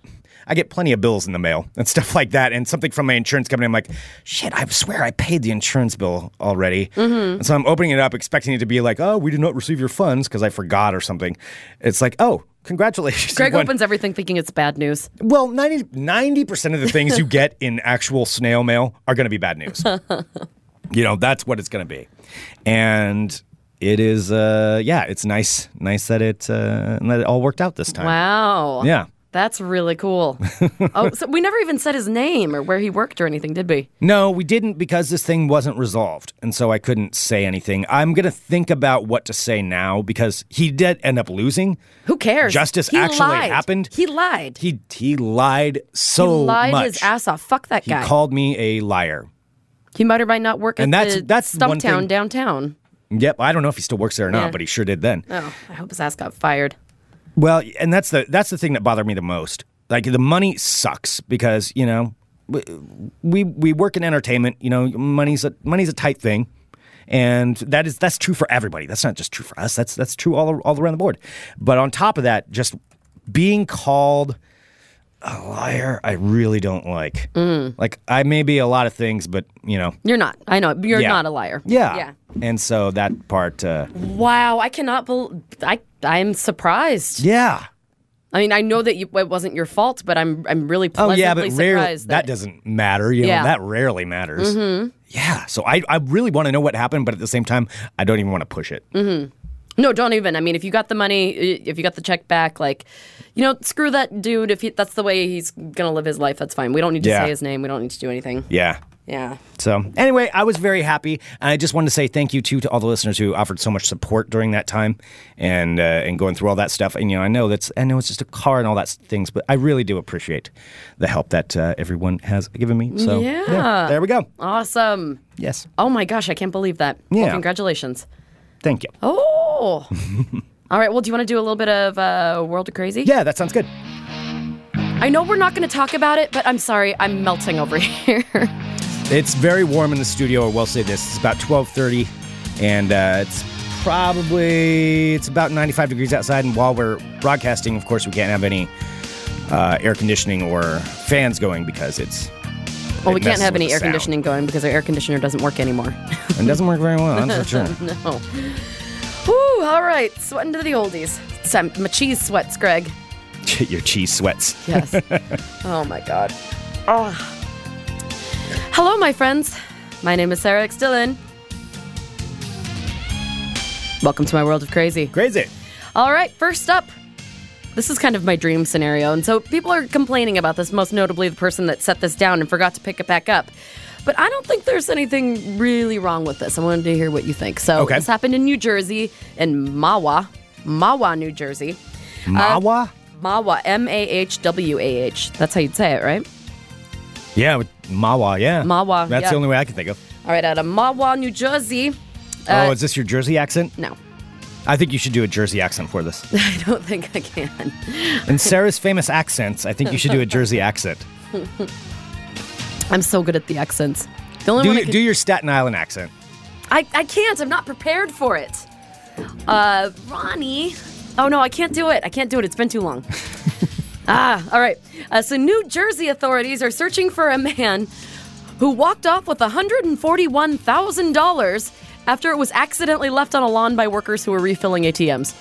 [SPEAKER 6] I get plenty of bills in the mail and stuff like that, and something from my insurance company. I'm like, shit, I swear I paid the insurance bill already.
[SPEAKER 5] Mm-hmm.
[SPEAKER 6] And so I'm opening it up, expecting it to be like, oh, we did not receive your funds because I forgot or something. It's like, oh. Congratulations. you
[SPEAKER 5] Greg
[SPEAKER 6] won."
[SPEAKER 5] opens everything thinking it's bad news.
[SPEAKER 6] Well, 90 percent of the things you get in actual snail mail are going to be bad news. you know, that's what it's going to be, and it is. Uh, yeah, it's nice, nice that it uh, that it all worked out this time.
[SPEAKER 5] Wow.
[SPEAKER 6] Yeah.
[SPEAKER 5] That's really cool. oh, so we never even said his name or where he worked or anything, did we?
[SPEAKER 6] No, we didn't because this thing wasn't resolved, and so I couldn't say anything. I'm gonna think about what to say now because he did end up losing.
[SPEAKER 5] Who cares?
[SPEAKER 6] Justice
[SPEAKER 5] He
[SPEAKER 6] actually
[SPEAKER 5] lied.
[SPEAKER 6] happened.
[SPEAKER 5] He lied.
[SPEAKER 6] He he lied
[SPEAKER 5] He
[SPEAKER 6] so
[SPEAKER 5] lied
[SPEAKER 6] much.
[SPEAKER 5] his ass off. Fuck that
[SPEAKER 6] he
[SPEAKER 5] guy.
[SPEAKER 6] called me a liar.
[SPEAKER 5] he might or might not work
[SPEAKER 6] And
[SPEAKER 5] at
[SPEAKER 6] that's-
[SPEAKER 5] the
[SPEAKER 6] that's one
[SPEAKER 5] Stumptown
[SPEAKER 6] thing-
[SPEAKER 5] downtown.
[SPEAKER 6] Yep, I don't know if he still works there or not,
[SPEAKER 5] Yeah.
[SPEAKER 6] but he sure did then.
[SPEAKER 5] Oh, I hope his ass got fired.
[SPEAKER 6] Well, and that's the that's the thing that bothered me the most. Like the money sucks because you know we we work in entertainment. You know, money's a money's a tight thing, and that is that's true for everybody. That's not just true for us. That's that's true all all around the board. But on top of that, just being called a liar, I really don't like. Like I may be a lot of things, but you know,
[SPEAKER 5] You're not. I know. You're
[SPEAKER 6] yeah.
[SPEAKER 5] not a liar.
[SPEAKER 6] Yeah,
[SPEAKER 5] Yeah.
[SPEAKER 6] And so that part, uh,
[SPEAKER 5] Wow. I cannot believe. I. I'm surprised.
[SPEAKER 6] yeah.
[SPEAKER 5] I mean, I know that you, it wasn't your fault, but I'm. I'm really
[SPEAKER 6] Oh
[SPEAKER 5] pleasantly
[SPEAKER 6] yeah, but rarely
[SPEAKER 5] surprised.
[SPEAKER 6] that doesn't matter. You
[SPEAKER 5] Yeah. Mm-hmm.
[SPEAKER 6] know, that rarely matters. Yeah. So I, I really want to know what happened, but at the same time, I don't even want to push it.
[SPEAKER 5] Mm. No, don't even. I mean, if you got the money, i- if you got the check back, like, you know, screw that dude. If he, that's the way he's gonna live his life, that's fine. We don't need to
[SPEAKER 6] Yeah.
[SPEAKER 5] say his name. We don't need to do anything.
[SPEAKER 6] Yeah.
[SPEAKER 5] Yeah.
[SPEAKER 6] So anyway, I was very happy, and I just wanted to say thank you too to all the listeners who offered so much support during that time, and uh, and going through all that stuff. And you know, I know that's I know it's just a car and all that s- things, but I really do appreciate the help that uh, everyone has given me. So
[SPEAKER 5] Yeah.
[SPEAKER 6] there we go.
[SPEAKER 5] Awesome.
[SPEAKER 6] Yes,
[SPEAKER 5] Oh my gosh, I can't believe that. Well,
[SPEAKER 6] Yeah.
[SPEAKER 5] congratulations.
[SPEAKER 6] thank you.
[SPEAKER 5] Oh. All right. Well, do you want to do a little bit of uh, World of Crazy?
[SPEAKER 6] Yeah, that sounds good.
[SPEAKER 5] I know we're not going to talk about it, but I'm sorry, I'm melting over here.
[SPEAKER 6] It's very warm in the studio. I will say this: it's about twelve thirty, and uh, it's probably it's about ninety-five degrees outside. And while we're broadcasting, of course, we can't have any uh, air conditioning or fans going because it's
[SPEAKER 5] well, we
[SPEAKER 6] It
[SPEAKER 5] can't
[SPEAKER 6] messes
[SPEAKER 5] have
[SPEAKER 6] with
[SPEAKER 5] any
[SPEAKER 6] the
[SPEAKER 5] air
[SPEAKER 6] sound.
[SPEAKER 5] conditioning going because our air conditioner doesn't work anymore.
[SPEAKER 6] it doesn't work very well. That's for sure.
[SPEAKER 5] no. Whew, all right, sweating to the oldies. Some, my cheese sweats, Greg.
[SPEAKER 6] Your cheese sweats.
[SPEAKER 5] Yes. oh my God. Oh. Hello, my friends. My name is Sarah X. Dillon. Welcome to my world of crazy.
[SPEAKER 6] Crazy.
[SPEAKER 5] All right, first up. This is kind of my dream scenario, and so people are complaining about this, most notably the person that set this down and forgot to pick it back up. But I don't think there's anything really wrong with this. I wanted to hear what you think. So
[SPEAKER 6] Okay.
[SPEAKER 5] this happened in New Jersey, in Mawa, Mawa, New Jersey. Uh,
[SPEAKER 6] Mawa.
[SPEAKER 5] Mawa, M A H W A H. That's how you'd say it, right?
[SPEAKER 6] Yeah, with Mawa. Yeah.
[SPEAKER 5] Mawa,
[SPEAKER 6] That's
[SPEAKER 5] yeah.
[SPEAKER 6] the only way I can think of.
[SPEAKER 5] All right, out of Mawa, New Jersey. Uh,
[SPEAKER 6] oh, is this your Jersey accent?
[SPEAKER 5] No,
[SPEAKER 6] I think you should do a Jersey accent for this.
[SPEAKER 5] I don't think I can.
[SPEAKER 6] In Sarah's famous accents, I think you should do a Jersey accent.
[SPEAKER 5] I'm so good at the accents. The only
[SPEAKER 6] Do
[SPEAKER 5] one I
[SPEAKER 6] your-
[SPEAKER 5] can-
[SPEAKER 6] do your Staten Island accent.
[SPEAKER 5] I, I can't. I'm not prepared for it. Uh, Ronnie. Oh no, I can't do it. I can't do it. It's been too long. ah, all right. Uh, so New Jersey authorities are searching for a man who walked off with $141,000 after it was accidentally left on a lawn by workers who were refilling ATMs.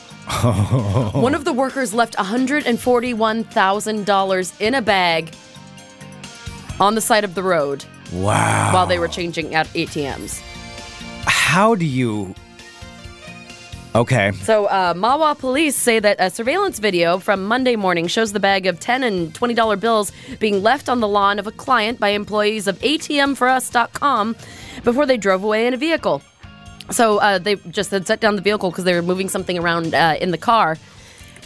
[SPEAKER 5] One of the workers left $141,000 in a bag on the side of the road
[SPEAKER 6] Wow.
[SPEAKER 5] while they were changing out ATMs.
[SPEAKER 6] How do you? Okay.
[SPEAKER 5] So, uh, Mawa police say that a surveillance video from Monday morning shows the bag of 10 and $20 bills being left on the lawn of a client by employees of ATMforus.com. before they drove away in a vehicle. So uh, they just had set down the vehicle because they were moving something around uh, in the car,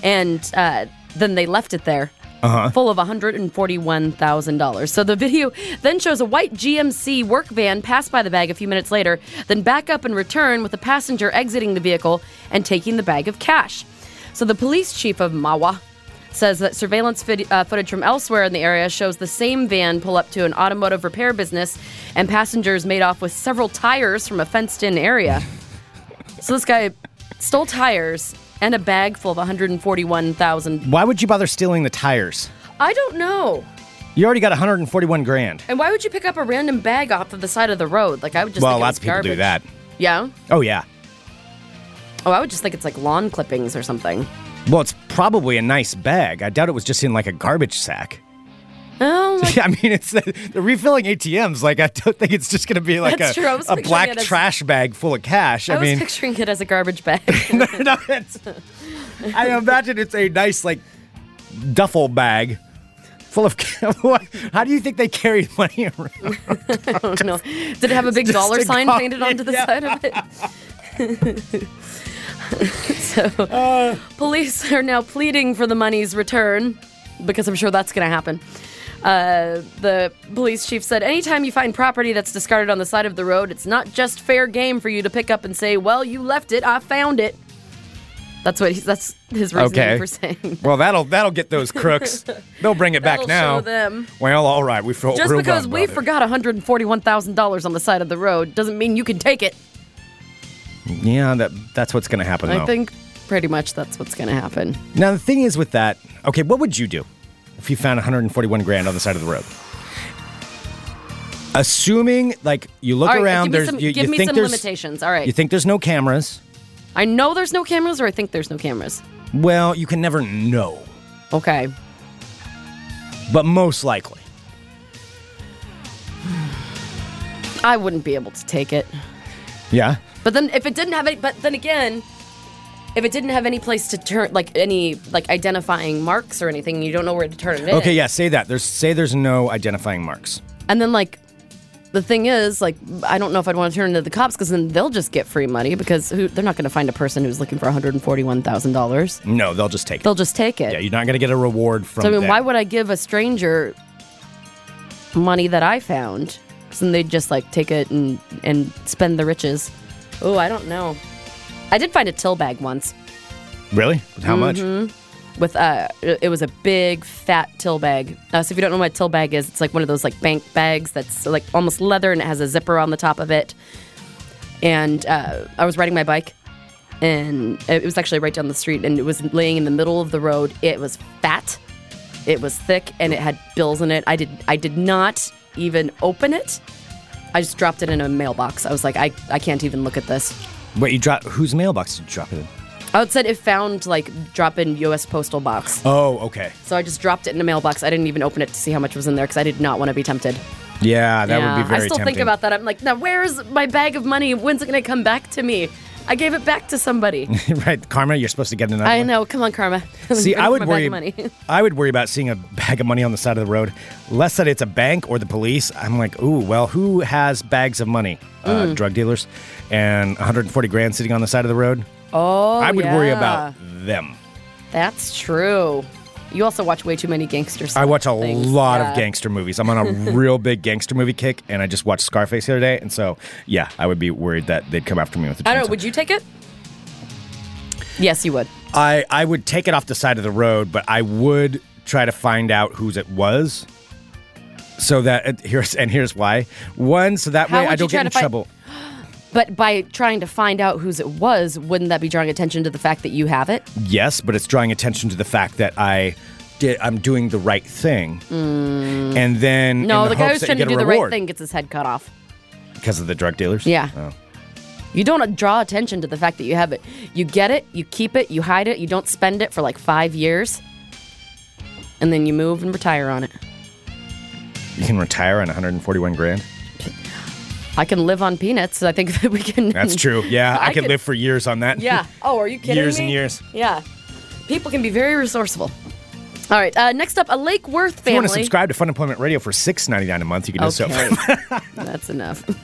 [SPEAKER 5] and uh, then they left it there. Full of $141,000. So the video then shows a white GMC work van pass by the bag a few minutes later, then back up and return with the passenger exiting the vehicle and taking the bag of cash. So the police chief of Mawa says that surveillance vid- uh, footage from elsewhere in the area shows the same van pull up to an automotive repair business and passengers made off with several tires from a fenced in area. so this guy stole tires and a bag full of 141,000.
[SPEAKER 6] Why would you bother stealing the tires?
[SPEAKER 5] I don't know.
[SPEAKER 6] You already got 141 grand.
[SPEAKER 5] And why would you pick up a random bag off of the side of the road? Like I would just
[SPEAKER 6] well,
[SPEAKER 5] think it
[SPEAKER 6] lots
[SPEAKER 5] was
[SPEAKER 6] of people do
[SPEAKER 5] garbage.
[SPEAKER 6] that.
[SPEAKER 5] Yeah.
[SPEAKER 6] Oh yeah.
[SPEAKER 5] Oh, I would just think it's like lawn clippings or something.
[SPEAKER 6] Well, it's probably a nice bag. I doubt it was just in like a garbage sack.
[SPEAKER 5] Oh, my
[SPEAKER 6] Yeah, I mean, it's the, the refilling ATMs. Like, I don't think it's just going to be like
[SPEAKER 5] That's
[SPEAKER 6] a,
[SPEAKER 5] true. I was
[SPEAKER 6] a
[SPEAKER 5] picturing
[SPEAKER 6] black
[SPEAKER 5] it as-
[SPEAKER 6] trash bag full of cash. I,
[SPEAKER 5] I was
[SPEAKER 6] mean,
[SPEAKER 5] picturing it as a garbage bag.
[SPEAKER 6] no, no, it's, I imagine it's a nice like duffel bag full of. ca- what- How do you think they carry money around?
[SPEAKER 5] no. Did it have a big
[SPEAKER 6] Just
[SPEAKER 5] dollar
[SPEAKER 6] a
[SPEAKER 5] sign
[SPEAKER 6] copy,
[SPEAKER 5] painted onto the
[SPEAKER 6] yeah.
[SPEAKER 5] side of it? so,
[SPEAKER 6] Uh.
[SPEAKER 5] police are now pleading for the money's return because I'm sure that's going to happen. Uh, the police chief said, Anytime you find property that's discarded on the side of the road, it's not just fair game for you to pick up and say, Well, you left it, I found it. That's what he, that's his reasoning
[SPEAKER 6] Okay.
[SPEAKER 5] for saying.
[SPEAKER 6] Well, that'll that'll get those crooks. They'll bring it back
[SPEAKER 5] That'll
[SPEAKER 6] now.
[SPEAKER 5] show them.
[SPEAKER 6] Well, all right, we feel
[SPEAKER 5] Just
[SPEAKER 6] real
[SPEAKER 5] because
[SPEAKER 6] bummed
[SPEAKER 5] we
[SPEAKER 6] about it.
[SPEAKER 5] forgot $141,000 on the side of the road doesn't mean you can take it.
[SPEAKER 6] Yeah, that that's what's going to happen.
[SPEAKER 5] I
[SPEAKER 6] though.
[SPEAKER 5] think pretty much that's what's going to happen.
[SPEAKER 6] Now the thing is with that, okay, what would you do if you found 141 grand on the side of the road? Assuming like you look
[SPEAKER 5] All right,
[SPEAKER 6] around,
[SPEAKER 5] give me
[SPEAKER 6] there's
[SPEAKER 5] some,
[SPEAKER 6] you,
[SPEAKER 5] give
[SPEAKER 6] you
[SPEAKER 5] me
[SPEAKER 6] think
[SPEAKER 5] some
[SPEAKER 6] there's
[SPEAKER 5] limitations. All right,
[SPEAKER 6] you think there's no cameras.
[SPEAKER 5] I know there's no cameras, or I think there's no cameras.
[SPEAKER 6] Well, you can never know,
[SPEAKER 5] Okay,
[SPEAKER 6] but most likely.
[SPEAKER 5] I wouldn't be able to take it.
[SPEAKER 6] Yeah.
[SPEAKER 5] But then if it didn't have any, but then again, if it didn't have any place to turn, like any like identifying marks or anything, you don't know where to turn it in.
[SPEAKER 6] Okay, yeah, say that. There's say there's no identifying marks.
[SPEAKER 5] And then like. The thing is, like, I don't know if I'd want to turn into the cops because then they'll just get free money because who, they're not going to find a person who's looking for one hundred and forty-one thousand dollars.
[SPEAKER 6] No, they'll just take it.
[SPEAKER 5] They'll just take it.
[SPEAKER 6] Yeah, you're not going to get a reward from
[SPEAKER 5] So, I mean,
[SPEAKER 6] them.
[SPEAKER 5] why would I give a stranger money that I found? 'Cause then they'd just like take it and and spend the riches. Oh, I don't know. I did find a till bag once
[SPEAKER 6] Really? How
[SPEAKER 5] Mm-hmm.
[SPEAKER 6] much?
[SPEAKER 5] with uh, it was a big fat till bag. Uh, so if you don't know what a till bag is, it's like one of those like bank bags that's like almost leather and it has a zipper on the top of it. And uh, I was riding my bike, and it was actually right down the street, and it was laying in the middle of the road. It was fat, it was thick, and it had bills in it. I did I did not even open it. I just dropped it in a mailbox. I was like, I, I can't even look at this.
[SPEAKER 6] Wait, you drop whose mailbox did you drop it in?
[SPEAKER 5] Oh, it said it found like drop in U.S. postal box.
[SPEAKER 6] Oh, okay.
[SPEAKER 5] So I just dropped it in a mailbox. I didn't even open it to see how much was in there because I did not want to be tempted.
[SPEAKER 6] Yeah, that would be very
[SPEAKER 5] I still think
[SPEAKER 6] tempting.
[SPEAKER 5] about that. I'm like, now where's my bag of money? When's it going to come back to me? I gave it back to somebody.
[SPEAKER 6] right, Karma, you're supposed to get another
[SPEAKER 5] I
[SPEAKER 6] one.
[SPEAKER 5] know. Come on, karma.
[SPEAKER 6] See,
[SPEAKER 5] Bring
[SPEAKER 6] I
[SPEAKER 5] me
[SPEAKER 6] would
[SPEAKER 5] my
[SPEAKER 6] worry.
[SPEAKER 5] Bag of money.
[SPEAKER 6] I would worry about seeing a bag of money on the side of the road, less that it's a bank or the police. I'm like, ooh, well, who has bags of money? Uh,
[SPEAKER 5] Hmm.
[SPEAKER 6] Drug dealers, and 140 grand sitting on the side of the road.
[SPEAKER 5] Oh,
[SPEAKER 6] I would worry
[SPEAKER 5] yeah.
[SPEAKER 6] about them.
[SPEAKER 5] That's true. You also watch way too many gangsters.
[SPEAKER 6] I watch a
[SPEAKER 5] things.
[SPEAKER 6] lot
[SPEAKER 5] Yeah.
[SPEAKER 6] of gangster movies. I'm on a real big gangster movie kick, and I just watched Scarface the other day, and so yeah, I would be worried that they'd come after me with a
[SPEAKER 5] I don't
[SPEAKER 6] chainsaw.
[SPEAKER 5] know. Would you take it? Yes, you would.
[SPEAKER 6] I, I would take it off the side of the road, but I would try to find out whose it was. So that and here's and here's why. One, so that
[SPEAKER 5] How
[SPEAKER 6] way I
[SPEAKER 5] would you
[SPEAKER 6] don't
[SPEAKER 5] try
[SPEAKER 6] get in
[SPEAKER 5] to find-
[SPEAKER 6] trouble.
[SPEAKER 5] But by trying to find out whose it was, wouldn't that be drawing attention to the fact that you have it?
[SPEAKER 6] Yes, but it's drawing attention to the fact that I did I'm doing the right thing. And then
[SPEAKER 5] Mm. No,
[SPEAKER 6] in the,
[SPEAKER 5] the, guy
[SPEAKER 6] hopes
[SPEAKER 5] who's trying
[SPEAKER 6] that you get
[SPEAKER 5] to do
[SPEAKER 6] a
[SPEAKER 5] the right
[SPEAKER 6] reward
[SPEAKER 5] thing gets his head cut off.
[SPEAKER 6] because of the drug dealers.
[SPEAKER 5] Yeah.
[SPEAKER 6] Oh.
[SPEAKER 5] You don't draw attention to the fact that you have it. You get it, you keep it, you hide it, you don't spend it for like five years, and then you move and retire on it.
[SPEAKER 6] You can retire on 141 grand.
[SPEAKER 5] I can live on peanuts. I think that we can.
[SPEAKER 6] That's true. Yeah, I,
[SPEAKER 5] I
[SPEAKER 6] could,
[SPEAKER 5] could-
[SPEAKER 6] live for years on that.
[SPEAKER 5] Yeah. Oh, are you kidding
[SPEAKER 6] Years
[SPEAKER 5] me?
[SPEAKER 6] and years.
[SPEAKER 5] Yeah. People can be very resourceful. All right. Uh, next up, a Lake Worth
[SPEAKER 6] If you want
[SPEAKER 5] family.
[SPEAKER 6] to subscribe to Fun Employment Radio for six ninety nine a month, you can do so.
[SPEAKER 5] That's enough.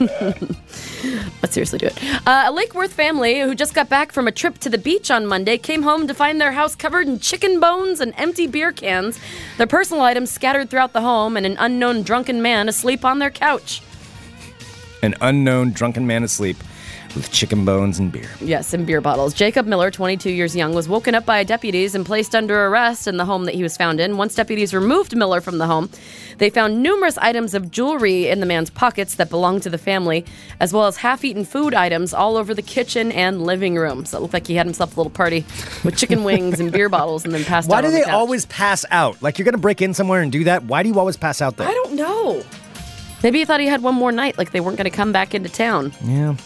[SPEAKER 5] Let's seriously do it. Uh, a Lake Worth family who just got back from a trip to the beach on Monday came home to find their house covered in chicken bones and empty beer cans, their personal items scattered throughout the home, and an unknown drunken man asleep on their couch.
[SPEAKER 6] An unknown drunken man asleep with chicken bones and beer.
[SPEAKER 5] Yes, and beer bottles. Jacob Miller, 22 years young, was woken up by deputies and placed under arrest in the home that he was found in. Once deputies removed Miller from the home, they found numerous items of jewelry in the man's pockets that belonged to the family, as well as half eaten food items all over the kitchen and living room. So it looked like he had himself a little party with chicken wings and beer bottles and then passed
[SPEAKER 6] Why
[SPEAKER 5] out.
[SPEAKER 6] do
[SPEAKER 5] on the
[SPEAKER 6] they
[SPEAKER 5] couch.
[SPEAKER 6] always pass out? Like you're gonna break in somewhere and do that. Why do you always pass out there?
[SPEAKER 5] I don't know. Maybe he thought he had one more night, like they weren't going to come back into town.
[SPEAKER 6] Yeah.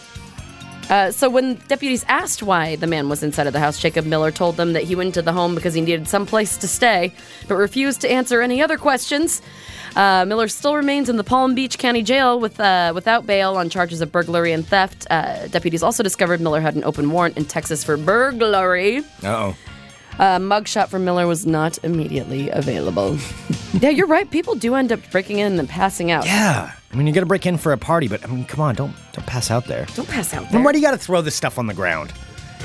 [SPEAKER 5] Uh, so when deputies asked why the man was inside of the house, Jacob Miller told them that he went to the home because he needed some place to stay, but refused to answer any other questions. Uh, Miller still remains in the Palm Beach County Jail with uh, without bail on charges of burglary and theft. Uh, deputies also discovered Miller had an open warrant in Texas for burglary.
[SPEAKER 6] Uh oh.
[SPEAKER 5] A mugshot from Miller was not immediately available. yeah, you're right. People do end up breaking in and passing out.
[SPEAKER 6] Yeah. I mean, you're gonna break in for a party, but I mean, come on, don't don't pass out there.
[SPEAKER 5] Don't pass out.
[SPEAKER 6] And
[SPEAKER 5] There.
[SPEAKER 6] why do you gotta throw this stuff on the ground?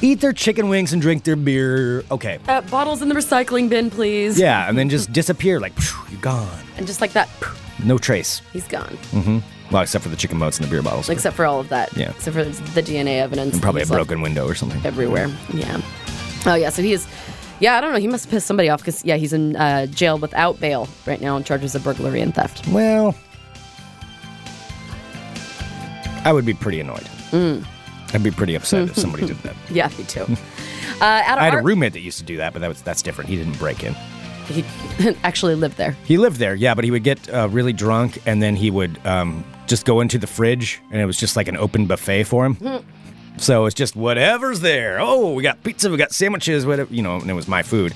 [SPEAKER 6] Eat their chicken wings and drink their beer. Okay.
[SPEAKER 5] uh, bottles in the recycling bin, please.
[SPEAKER 6] Yeah, and then just disappear. Like phew, you're gone.
[SPEAKER 5] And just like that,
[SPEAKER 6] No trace.
[SPEAKER 5] he's gone.
[SPEAKER 6] Well, except for the chicken bones and the beer bottles.
[SPEAKER 5] except for all of that.
[SPEAKER 6] Yeah.
[SPEAKER 5] Except for the DNA evidence.
[SPEAKER 6] And probably a
[SPEAKER 5] It's left
[SPEAKER 6] broken window or something.
[SPEAKER 5] Everywhere. Yeah. Oh yeah. So he is. Yeah, I don't know. He must piss somebody off because yeah, he's in uh, jail without bail right now on charges of burglary and theft.
[SPEAKER 6] Well, I would be pretty annoyed. I'd be pretty upset if somebody did that.
[SPEAKER 5] Yeah, me too. Uh, out of
[SPEAKER 6] I had a
[SPEAKER 5] Ar-
[SPEAKER 6] roommate that used to do that, but that was that's different. He didn't break in.
[SPEAKER 5] He actually lived there.
[SPEAKER 6] He lived there, yeah, but he would get uh, really drunk and then he would um, just go into the fridge, and it was just like an open buffet for him.
[SPEAKER 5] Hmm.
[SPEAKER 6] So it's just whatever's there. Oh, we got pizza, we got sandwiches, whatever, you know, and it was my food.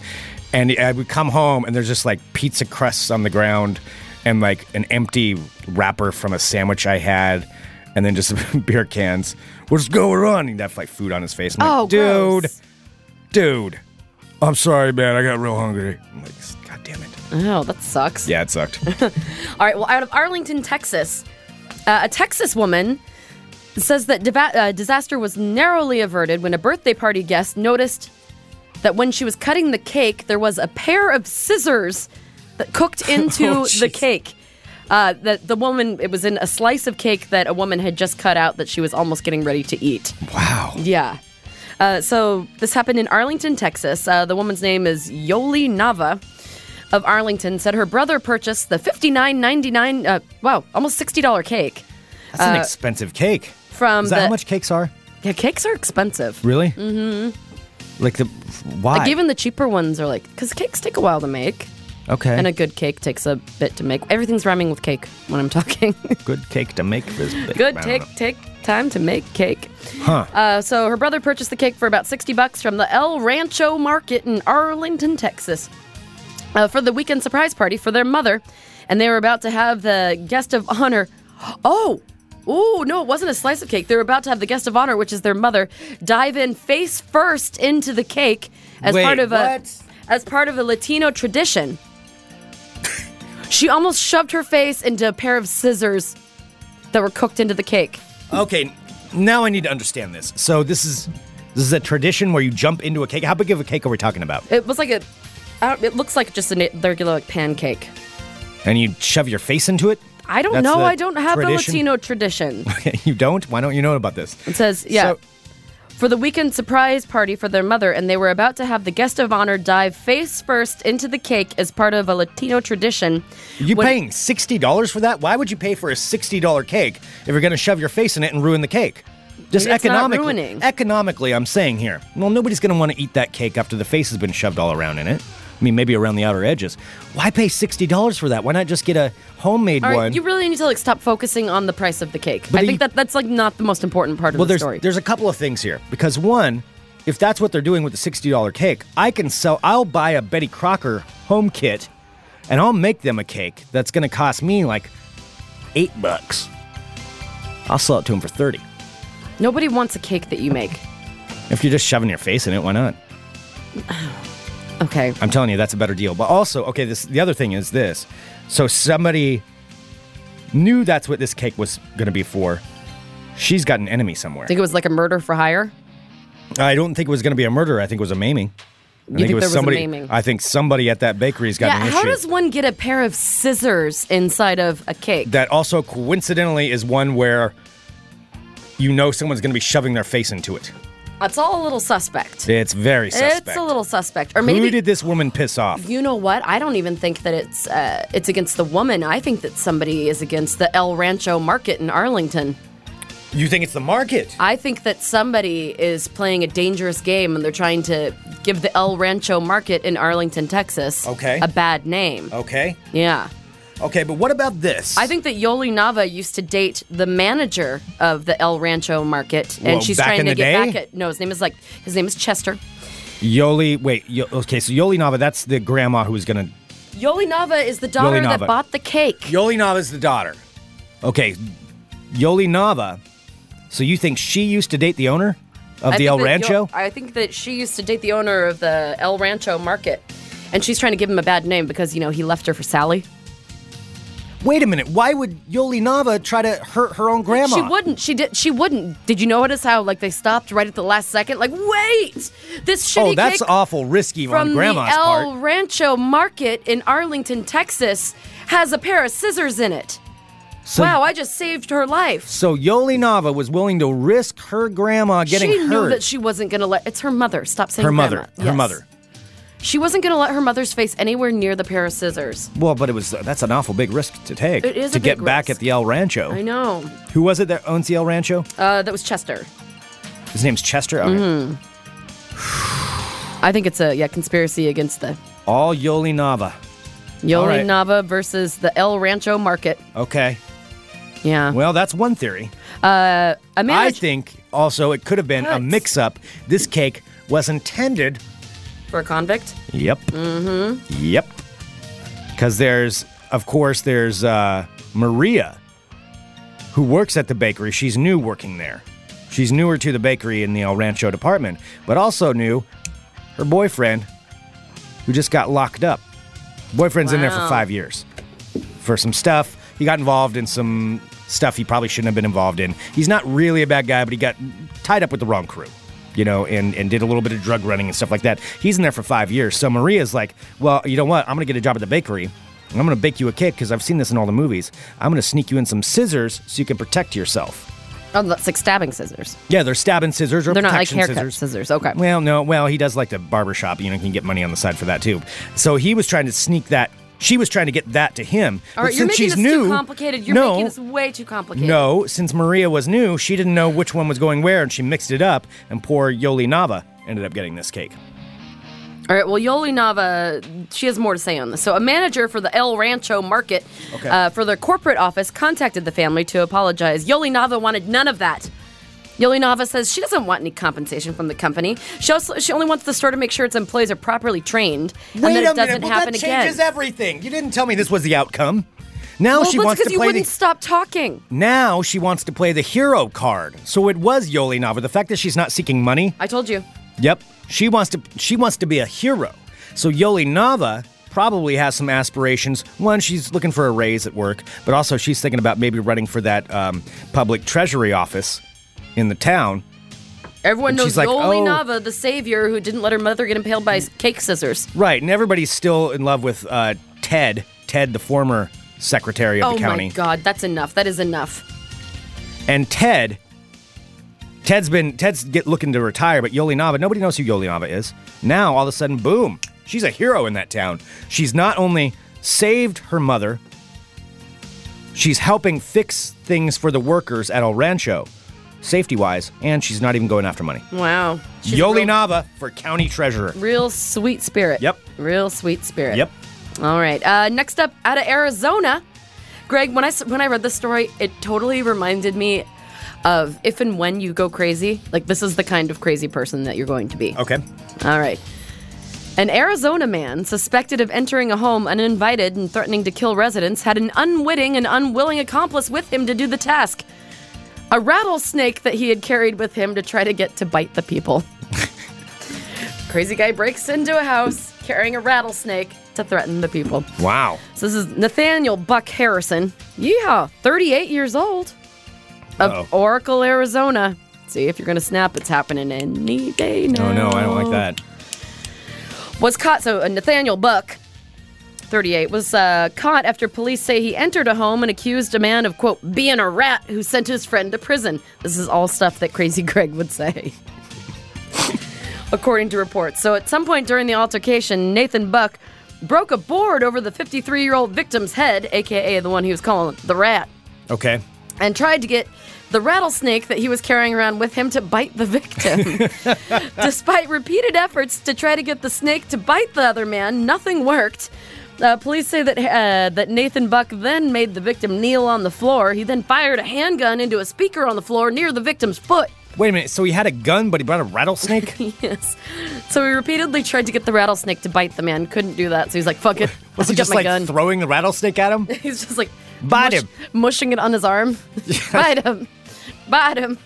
[SPEAKER 6] And I would come home and there's just like pizza crusts on the ground and like an empty wrapper from a sandwich I had and then just beer cans. What's going on? He'd have like food on his face. I'm like,
[SPEAKER 5] Oh,
[SPEAKER 6] dude,
[SPEAKER 5] gross.
[SPEAKER 6] dude, I'm sorry, man. I got real hungry. I'm like, God damn it.
[SPEAKER 5] Oh, that sucks.
[SPEAKER 6] Yeah, it sucked.
[SPEAKER 5] All right. Well, out of Arlington, Texas, uh, a Texas woman says that deva- uh, disaster was narrowly averted when a birthday party guest noticed that when she was cutting the cake, there was a pair of scissors that cooked into
[SPEAKER 6] Oh,
[SPEAKER 5] the
[SPEAKER 6] jeez.
[SPEAKER 5] cake. Uh, that the woman, it was in a slice of cake that a woman had just cut out that she was almost getting ready to eat.
[SPEAKER 6] wow.
[SPEAKER 5] Yeah. Uh, so this happened in Arlington, Texas. Uh, the woman's name is Yoli Nava of Arlington. Said her brother purchased the fifty nine ninety nine. Uh, wow, almost sixty dollar cake
[SPEAKER 6] That's an expensive cake.
[SPEAKER 5] from
[SPEAKER 6] Is that
[SPEAKER 5] Uh, um, the.
[SPEAKER 6] how much cakes are?
[SPEAKER 5] Yeah, cakes are expensive.
[SPEAKER 6] Really? Mm-hmm. Like the why?
[SPEAKER 5] Like even the cheaper ones are like because cakes take a while to make,
[SPEAKER 6] okay.
[SPEAKER 5] and a good cake takes a bit to make. Everything's rhyming with cake when I'm talking.
[SPEAKER 6] good cake to make this. Big.
[SPEAKER 5] good
[SPEAKER 6] I don't
[SPEAKER 5] take
[SPEAKER 6] know.
[SPEAKER 5] take time to make cake.
[SPEAKER 6] Huh.
[SPEAKER 5] Uh, so her brother purchased the cake for about 60 bucks from the El Rancho Market in Arlington, Texas, uh, for the weekend surprise party for their mother, and they were about to have the guest of honor. Oh. Oh, no, it wasn't a slice of cake. They were about to have the guest of honor, which is their mother, dive in face first into the cake as
[SPEAKER 6] Wait,
[SPEAKER 5] part of
[SPEAKER 6] what?
[SPEAKER 5] a as part of a Latino tradition. she almost shoved her face into a pair of scissors that were cooked into the cake.
[SPEAKER 6] Okay. Now I need to understand this. So this is this is a tradition where you jump into a cake. How big of a cake are we talking about?
[SPEAKER 5] It was like a. I don't, it looks like just a regular like pancake.
[SPEAKER 6] And you shove your face into it?
[SPEAKER 5] I don't
[SPEAKER 6] That's
[SPEAKER 5] know.
[SPEAKER 6] the
[SPEAKER 5] I don't have
[SPEAKER 6] tradition?
[SPEAKER 5] a Latino tradition.
[SPEAKER 6] you don't? Why don't you know about this?
[SPEAKER 5] It says, yeah.
[SPEAKER 6] So-
[SPEAKER 5] for the weekend surprise party for their mother, and they were about to have the guest of honor dive face first into the cake as part of a Latino tradition.
[SPEAKER 6] You
[SPEAKER 5] When-
[SPEAKER 6] paying sixty dollars for that? Why would you pay for a sixty dollar cake if you're going to shove your face in it and ruin the cake? Just
[SPEAKER 5] It's not
[SPEAKER 6] economically,
[SPEAKER 5] ruining.
[SPEAKER 6] economically, I'm saying here. Well, nobody's going to want to eat that cake after the face has been shoved all around in it. I mean, maybe around the outer edges. Why pay sixty dollars for that? Why not just get a homemade
[SPEAKER 5] All right,
[SPEAKER 6] one?
[SPEAKER 5] you really need to like stop focusing on the price of the cake. I
[SPEAKER 6] But
[SPEAKER 5] think
[SPEAKER 6] you-
[SPEAKER 5] that that's like not the most important part of
[SPEAKER 6] well,
[SPEAKER 5] the
[SPEAKER 6] there's
[SPEAKER 5] story.
[SPEAKER 6] there's a couple of things here because one, if that's what they're doing with the sixty dollar cake, I can sell. I'll buy a Betty Crocker home kit, and I'll make them a cake that's going to cost me like eight bucks. I'll sell it to them for thirty.
[SPEAKER 5] Nobody wants a cake that you make.
[SPEAKER 6] If you're just shoving your face in it, why not?
[SPEAKER 5] Okay.
[SPEAKER 6] I'm telling you, that's a better deal. But also, okay, this the other thing is this. So somebody knew that's what this cake was going to be for. She's got an enemy somewhere.
[SPEAKER 5] Think it was like a murder for hire?
[SPEAKER 6] I don't think it was going to be a murder. I think it was a maiming. I
[SPEAKER 5] think
[SPEAKER 6] it was
[SPEAKER 5] there was a
[SPEAKER 6] somebody.
[SPEAKER 5] maiming?
[SPEAKER 6] I think somebody at that bakery's got an
[SPEAKER 5] yeah,
[SPEAKER 6] issue.
[SPEAKER 5] how does one get a pair of scissors inside of a cake?
[SPEAKER 6] that also coincidentally is one where you know someone's going to be shoving their face into it.
[SPEAKER 5] That's all a little suspect.
[SPEAKER 6] It's very suspect.
[SPEAKER 5] It's a little suspect. Or
[SPEAKER 6] Who
[SPEAKER 5] maybe
[SPEAKER 6] did this woman piss off?
[SPEAKER 5] you know what? I don't even think that it's uh, it's against the woman. I think that somebody is against the El Rancho market in Arlington.
[SPEAKER 6] You think it's the market?
[SPEAKER 5] I think that somebody is playing a dangerous game and they're trying to give the El Rancho market in Arlington, Texas,
[SPEAKER 6] Okay.
[SPEAKER 5] a bad name.
[SPEAKER 6] Okay.
[SPEAKER 5] Yeah.
[SPEAKER 6] Okay, but what about this?
[SPEAKER 5] I think that Yoli Nava used to date the manager of the El Rancho market, and
[SPEAKER 6] Whoa,
[SPEAKER 5] she's
[SPEAKER 6] back
[SPEAKER 5] trying
[SPEAKER 6] in
[SPEAKER 5] to
[SPEAKER 6] the
[SPEAKER 5] get
[SPEAKER 6] day?
[SPEAKER 5] back at. No, his name is like his name is Chester.
[SPEAKER 6] Yoli. Wait. Yo, okay, so Yoli Nava. That's the grandma who was going to.
[SPEAKER 5] Yoli Nava is the daughter that
[SPEAKER 6] Nava.
[SPEAKER 5] bought the cake.
[SPEAKER 6] Yoli Nava's the daughter. Okay. Yoli Nava. So you think she used to date the owner of the
[SPEAKER 5] I think
[SPEAKER 6] El
[SPEAKER 5] that
[SPEAKER 6] Rancho?
[SPEAKER 5] Yo- I think that she used to date the owner of the El Rancho market, and she's trying to give him a bad name because you know he left her for Sally.
[SPEAKER 6] Wait a minute. Why would Yoli Nava try to hurt her own grandma?
[SPEAKER 5] She wouldn't. She did. She wouldn't. Did you notice how like they stopped right at the last second? Like, wait, this shitty
[SPEAKER 6] Oh, that's
[SPEAKER 5] cake
[SPEAKER 6] awful risky on
[SPEAKER 5] from the
[SPEAKER 6] grandma's part.
[SPEAKER 5] El Rancho Market in Arlington, Texas, has a pair of scissors in it.
[SPEAKER 6] So-
[SPEAKER 5] wow, I just saved her life.
[SPEAKER 6] So Yoli Nava was willing to risk her grandma getting
[SPEAKER 5] she
[SPEAKER 6] hurt.
[SPEAKER 5] knew that she wasn't gonna let. It's her mother. Stop saying
[SPEAKER 6] her
[SPEAKER 5] grandma.
[SPEAKER 6] mother. Her
[SPEAKER 5] Yes.
[SPEAKER 6] mother.
[SPEAKER 5] She wasn't gonna let her mother's face anywhere near the pair of scissors.
[SPEAKER 6] Well, but it was that's an awful big risk to take.
[SPEAKER 5] It is
[SPEAKER 6] to
[SPEAKER 5] a
[SPEAKER 6] get
[SPEAKER 5] big
[SPEAKER 6] back
[SPEAKER 5] risk.
[SPEAKER 6] at the El Rancho.
[SPEAKER 5] I know.
[SPEAKER 6] Who was it that owns the El Rancho?
[SPEAKER 5] Uh, that was Chester.
[SPEAKER 6] His name's Chester. Okay.
[SPEAKER 5] Mm-hmm. I think it's a yeah conspiracy against the
[SPEAKER 6] All Yoli Nava. All
[SPEAKER 5] Yoli
[SPEAKER 6] right.
[SPEAKER 5] Nava versus the El Rancho Market.
[SPEAKER 6] Okay.
[SPEAKER 5] Yeah.
[SPEAKER 6] Well, that's one theory.
[SPEAKER 5] a
[SPEAKER 6] I
[SPEAKER 5] manager
[SPEAKER 6] think also it could have been a
[SPEAKER 5] What?
[SPEAKER 6] mix-up. This cake was intended.
[SPEAKER 5] for a convict.
[SPEAKER 6] Yep. Mm-hmm. Yep. Because there's, of course, there's uh, Maria, who works at the bakery. She's new working there. She's newer to the bakery in the El Rancho department, but also new her boyfriend, who just got locked up. Boyfriend's in there for
[SPEAKER 5] Wow.
[SPEAKER 6] five years for some stuff. He got involved in some stuff he probably shouldn't have been involved in. He's not really a bad guy, but he got tied up with the wrong crew, you know, and, and did a little bit of drug running and stuff like that. He's in there for five years. So Maria's like, well, you know what? I'm going to get a job at the bakery. and I'm going to bake you a cake because I've seen this in all the movies. I'm going to sneak you in some scissors so you can protect yourself.
[SPEAKER 5] Oh, that's like stabbing scissors.
[SPEAKER 6] Yeah, they're stabbing scissors or
[SPEAKER 5] They're not like
[SPEAKER 6] protection
[SPEAKER 5] haircut
[SPEAKER 6] scissors.
[SPEAKER 5] scissors. Okay.
[SPEAKER 6] Well, no. Well, he does like the barber shop. You know, he can get money on the side for that too. So he was trying to sneak that. She was trying to get that to him.
[SPEAKER 5] All
[SPEAKER 6] but
[SPEAKER 5] right,
[SPEAKER 6] since
[SPEAKER 5] you're making
[SPEAKER 6] she's
[SPEAKER 5] this
[SPEAKER 6] new,
[SPEAKER 5] too complicated. You're
[SPEAKER 6] no,
[SPEAKER 5] making this way too complicated.
[SPEAKER 6] no. Since Maria was new, she didn't know which one was going where, and she mixed it up. And poor Yoli Nava ended up getting this cake.
[SPEAKER 5] All right. Well, Yoli Nava, she has more to say on this. So, a manager for the El Rancho Market,
[SPEAKER 6] Okay.
[SPEAKER 5] uh, for their corporate office, contacted the family to apologize. Yoli Nava wanted none of that. Yoli Nava says she doesn't want any compensation from the company. She also she only wants the store to make sure its employees are properly trained and that it doesn't happen again.
[SPEAKER 6] everything. You didn't tell me this was the outcome. Now
[SPEAKER 5] well,
[SPEAKER 6] Oh, she
[SPEAKER 5] that's
[SPEAKER 6] wants to
[SPEAKER 5] because you
[SPEAKER 6] play
[SPEAKER 5] wouldn't
[SPEAKER 6] the.
[SPEAKER 5] stop talking.
[SPEAKER 6] Now she wants to play the hero card. So it was Yoli Nava. The fact that she's not seeking money
[SPEAKER 5] I told you.
[SPEAKER 6] Yep. She wants to she wants to be a hero. So Yoli Nava probably has some aspirations. One, she's looking for a raise at work, but also she's thinking about maybe running for that um, public treasury office in the town.
[SPEAKER 5] Everyone
[SPEAKER 6] And
[SPEAKER 5] knows
[SPEAKER 6] she's like,
[SPEAKER 5] Yoli
[SPEAKER 6] "Oh."
[SPEAKER 5] Nava, the savior who didn't let her mother get impaled by cake scissors.
[SPEAKER 6] Right, and everybody's still in love with uh, Ted, Ted, the former secretary of
[SPEAKER 5] Oh
[SPEAKER 6] the county.
[SPEAKER 5] my God, that's enough. That is enough.
[SPEAKER 6] and Ted. Ted's been Ted's get looking to retire, but Yoli Nava, nobody knows who Yoli Nava is. Now all of a sudden, boom, she's a hero in that town. She's not only saved her mother, she's helping fix things for the workers at El Rancho, safety wise, and she's not even going after money.
[SPEAKER 5] Wow. She's a
[SPEAKER 6] Yoli
[SPEAKER 5] real,
[SPEAKER 6] Nava for county treasurer.
[SPEAKER 5] real sweet spirit.
[SPEAKER 6] Yep.
[SPEAKER 5] Real sweet spirit.
[SPEAKER 6] Yep.
[SPEAKER 5] All right. Uh, next up, out of Arizona, Greg. When I s- when I read this story, it totally reminded me of if and when you go crazy. Like this is the kind of crazy person that you're going to be.
[SPEAKER 6] Okay.
[SPEAKER 5] All right. An Arizona man suspected of entering a home uninvited and threatening to kill residents had an unwitting and unwilling accomplice with him to do the task. A rattlesnake that he had carried with him to try to get to bite the people. Crazy guy breaks into a house, carrying a rattlesnake to threaten the people.
[SPEAKER 6] Wow.
[SPEAKER 5] So this is Nathaniel Buck Harrison. Yeehaw, 38 years old of
[SPEAKER 6] Uh-oh.
[SPEAKER 5] Oracle, Arizona. See, if you're going to snap, it's happening any day now.
[SPEAKER 6] Oh no, I don't like that.
[SPEAKER 5] was caught. So uh, Nathaniel Buck, 38, was uh, caught after police say he entered a home and accused a man of quote being a rat who sent his friend to prison. This is all stuff that Crazy Greg would say. According to reports. So at some point during the altercation, Nathan Buck broke a board over the 53 year old victim's head, aka the one he was calling the rat,
[SPEAKER 6] Okay.
[SPEAKER 5] and tried to get the rattlesnake that he was carrying around with him to bite the victim. Despite repeated efforts to try to get the snake to bite the other man, nothing worked. Uh, police say that uh, that Nathan Buck then made the victim kneel on the floor. He then fired a handgun into a speaker on the floor near the victim's foot.
[SPEAKER 6] Wait a minute. So he had a gun, but he brought a rattlesnake.
[SPEAKER 5] Yes. So he repeatedly tried to get the rattlesnake to bite the man. Couldn't do that, so he's like, "Fuck it,
[SPEAKER 6] Was he
[SPEAKER 5] I'll get
[SPEAKER 6] just
[SPEAKER 5] my
[SPEAKER 6] like
[SPEAKER 5] gun."
[SPEAKER 6] throwing the rattlesnake at him?
[SPEAKER 5] he's just like
[SPEAKER 6] Bite him.
[SPEAKER 5] mushing it on his arm. Bite him. Bite him.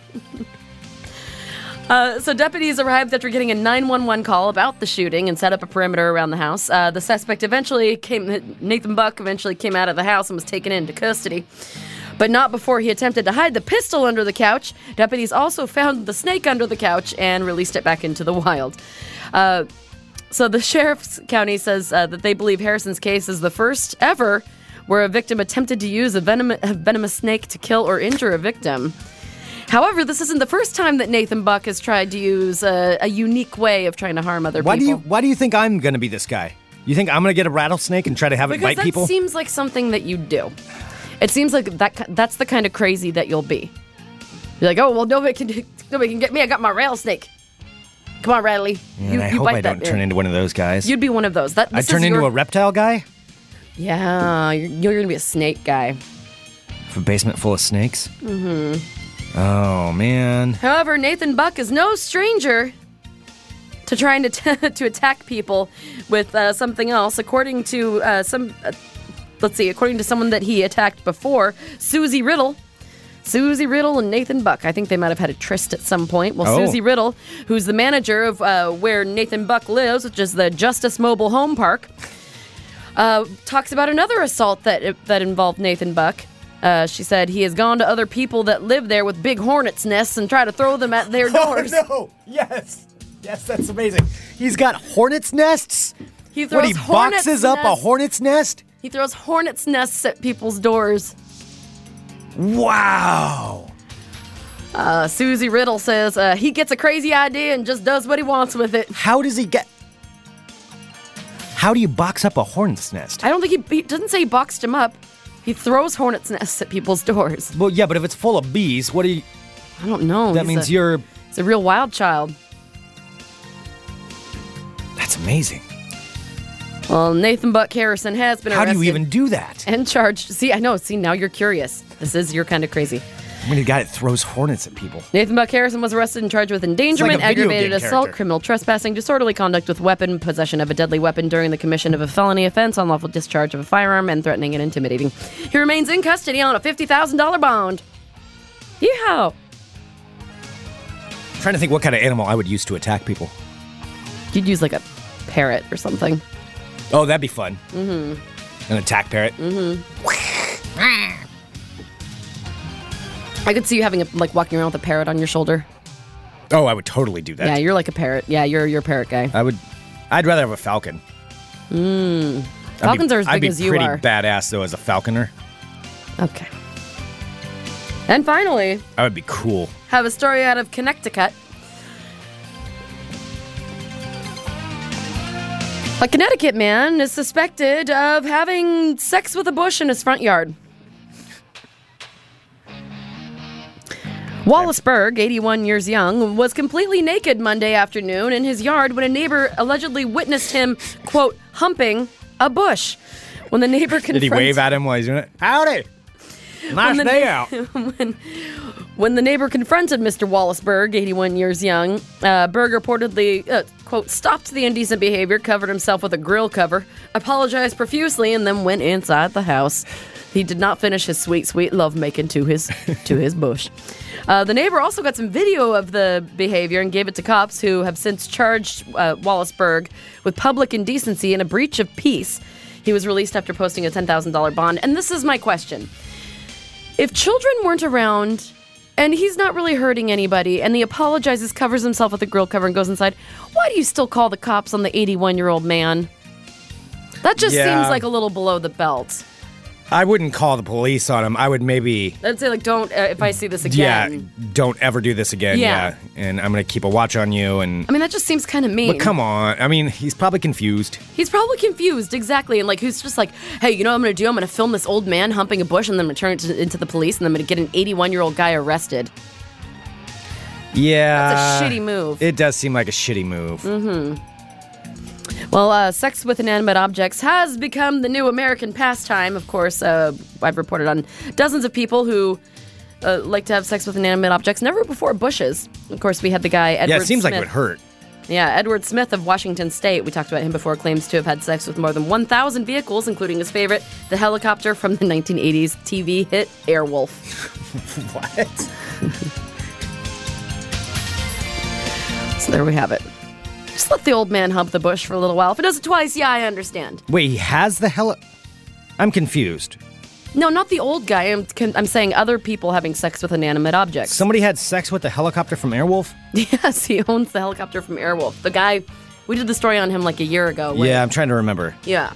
[SPEAKER 5] Uh, so deputies arrived after getting a 911 call about the shooting and set up a perimeter around the house. Uh, the suspect eventually came, Nathan Buck eventually came out of the house and was taken into custody. But not before he attempted to hide the pistol under the couch. Deputies also found the snake under the couch and released it back into the wild. Uh, so the sheriff's county says uh, that they believe Harrison's case is the first ever where a victim attempted to use a, venom- a venomous snake to kill or injure a victim. However, this isn't the first time that Nathan Buck has tried to use a, a unique way of trying to harm other
[SPEAKER 6] Why do
[SPEAKER 5] people.
[SPEAKER 6] you Why do you think I'm gonna be this guy? You think I'm gonna get a rattlesnake and try to have it
[SPEAKER 5] because
[SPEAKER 6] bite
[SPEAKER 5] that
[SPEAKER 6] people?
[SPEAKER 5] seems like something that you do. It seems like that ki- that's the kind of crazy that you'll be. You're like, oh well, nobody can nobody can get me. I got my rattlesnake. Come on, Radley.
[SPEAKER 6] and I hope I don't
[SPEAKER 5] that.
[SPEAKER 6] turn into one of those guys.
[SPEAKER 5] You'd be one of those. That
[SPEAKER 6] I
[SPEAKER 5] this is
[SPEAKER 6] turn into
[SPEAKER 5] your-
[SPEAKER 6] a reptile guy.
[SPEAKER 5] Yeah, you're, you're gonna be a snake guy.
[SPEAKER 6] Have a basement full of snakes. Mm-hmm. Oh man.
[SPEAKER 5] However, Nathan Buck is no stranger to trying to to attack people with uh, something else. According to uh, some, uh, let's see, according to someone that he attacked before, Susie Riddle. Susie Riddle and Nathan Buck. I think they might have had a tryst at some point. Well,
[SPEAKER 6] Oh.
[SPEAKER 5] Susie Riddle, who's the manager of uh, where Nathan Buck lives, which is the Justice Mobile Home Park, uh, talks about another assault that that involved Nathan Buck. Uh, she said he has gone to other people that live there with big hornets' nests and try to throw them at their doors.
[SPEAKER 6] Oh, no! Yes. Yes, that's amazing. He's got hornets' nests.
[SPEAKER 5] He throws
[SPEAKER 6] What he
[SPEAKER 5] hornets'
[SPEAKER 6] boxes up a
[SPEAKER 5] nests-
[SPEAKER 6] hornet's nest?
[SPEAKER 5] He throws hornets' nests at people's doors.
[SPEAKER 6] Wow.
[SPEAKER 5] Uh, Susie Riddle says uh, he gets a crazy idea and just does what he wants with it.
[SPEAKER 6] How does he get? How do you box up a hornet's nest?
[SPEAKER 5] I don't think he, he doesn't say he boxed him up. He throws hornets' nests at people's doors.
[SPEAKER 6] Well, yeah, but if it's full of bees, what do you?
[SPEAKER 5] I don't know.
[SPEAKER 6] That
[SPEAKER 5] Oh, He's
[SPEAKER 6] means
[SPEAKER 5] a-
[SPEAKER 6] you're.
[SPEAKER 5] He's a real wild child.
[SPEAKER 6] That's amazing.
[SPEAKER 5] Well, Nathan Buck Harrison has been
[SPEAKER 6] How
[SPEAKER 5] arrested.
[SPEAKER 6] do you even do that?
[SPEAKER 5] and charged. See, I know. See, now you're curious. This is you're kind of crazy.
[SPEAKER 6] I mean, the guy that throws hornets at people.
[SPEAKER 5] Nathan Buck Harrison was arrested and charged with endangerment,
[SPEAKER 6] video
[SPEAKER 5] aggravated
[SPEAKER 6] game
[SPEAKER 5] assault,
[SPEAKER 6] character.
[SPEAKER 5] criminal trespassing, disorderly conduct with weapon, possession of a deadly weapon during the commission of a felony offense, unlawful discharge of a firearm, and threatening and intimidating. He remains in custody on a fifty thousand dollar bond. Yeehaw!
[SPEAKER 6] trying to think what kind of animal I would use to attack people.
[SPEAKER 5] You'd use like a parrot or something.
[SPEAKER 6] Oh, that'd be fun. Mm-hmm. An attack parrot.
[SPEAKER 5] Mm-hmm. I could see you having a like walking around with a parrot on your shoulder.
[SPEAKER 6] Oh, I would totally do that.
[SPEAKER 5] Yeah, you're like a parrot. Yeah, you're you're a parrot guy.
[SPEAKER 6] I would. I'd rather have a falcon. Mm.
[SPEAKER 5] Falcons are as
[SPEAKER 6] I'd
[SPEAKER 5] big
[SPEAKER 6] be
[SPEAKER 5] as you
[SPEAKER 6] pretty
[SPEAKER 5] are.
[SPEAKER 6] badass though as a falconer.
[SPEAKER 5] Okay. And finally,
[SPEAKER 6] I would be cool.
[SPEAKER 5] have a story out of Connecticut. A Connecticut man is suspected of having sex with a bush in his front yard. Wallace Berg, 81 years young, was completely naked Monday afternoon in his yard when a neighbor allegedly witnessed him, quote, humping a bush. When the neighbor confronted
[SPEAKER 6] Did he wave at him while he's doing it? Howdy. Nice
[SPEAKER 5] the
[SPEAKER 6] day
[SPEAKER 5] na-
[SPEAKER 6] out.
[SPEAKER 5] When the neighbor confronted Mr. Wallaceberg, 81 years young, uh, Berg reportedly, uh, quote, stopped the indecent behavior, covered himself with a grill cover, apologized profusely, and then went inside the house. He did not finish his sweet, sweet lovemaking to his to his bush. Uh, the neighbor also got some video of the behavior and gave it to cops, who have since charged uh, Wallaceburg with public indecency and a breach of peace. He was released after posting a ten thousand dollar bond. And this is my question: If children weren't around. And he's not really hurting anybody, and he apologizes, covers himself with a grill cover, and goes inside. Why do you still call the cops on the 81 year old man? That just
[SPEAKER 6] Yeah.
[SPEAKER 5] seems like a little below the belt.
[SPEAKER 6] I wouldn't call the police on him. I would maybe,
[SPEAKER 5] I'd say like don't uh, if I see this
[SPEAKER 6] yeah,
[SPEAKER 5] again.
[SPEAKER 6] don't ever do this again.
[SPEAKER 5] Yeah.
[SPEAKER 6] and I'm gonna keep a watch on you. And
[SPEAKER 5] I mean that just seems kind of mean.
[SPEAKER 6] but come on, I mean, he's probably confused.
[SPEAKER 5] He's probably confused exactly, and like who's just like, hey, you know what I'm gonna do? I'm gonna film this old man humping a bush, and then I'm gonna turn it to, into the police, and I'm gonna get an 81 year old guy arrested.
[SPEAKER 6] Yeah,
[SPEAKER 5] That's a shitty move. Mm-hmm.
[SPEAKER 6] It does seem like a shitty move.
[SPEAKER 5] Well, uh, sex with inanimate objects has become the new American pastime. Of course, uh, I've reported on dozens of people who uh, like to have sex with inanimate objects, never before bushes. Of course, we had the guy Edward.
[SPEAKER 6] Yeah, it seems like it
[SPEAKER 5] Smith.
[SPEAKER 6] would hurt.
[SPEAKER 5] Yeah, Edward Smith of Washington State, we talked about him before, claims to have had sex with more than 1,000 vehicles, including his favorite, the helicopter from the 1980s TV hit Airwolf.
[SPEAKER 6] What?
[SPEAKER 5] So there we have it. Just let the old man hump the bush for a little while. If it does it twice, yeah, I understand.
[SPEAKER 6] Wait, he has the heli. I'm confused.
[SPEAKER 5] No, not the old guy. I'm, con- I'm saying other people having sex with inanimate objects.
[SPEAKER 6] Somebody had sex with the helicopter from Airwolf.
[SPEAKER 5] yes, he owns the helicopter from Airwolf. The guy, we did the story on him like a year ago. when-
[SPEAKER 6] Yeah, I'm trying to remember.
[SPEAKER 5] Yeah.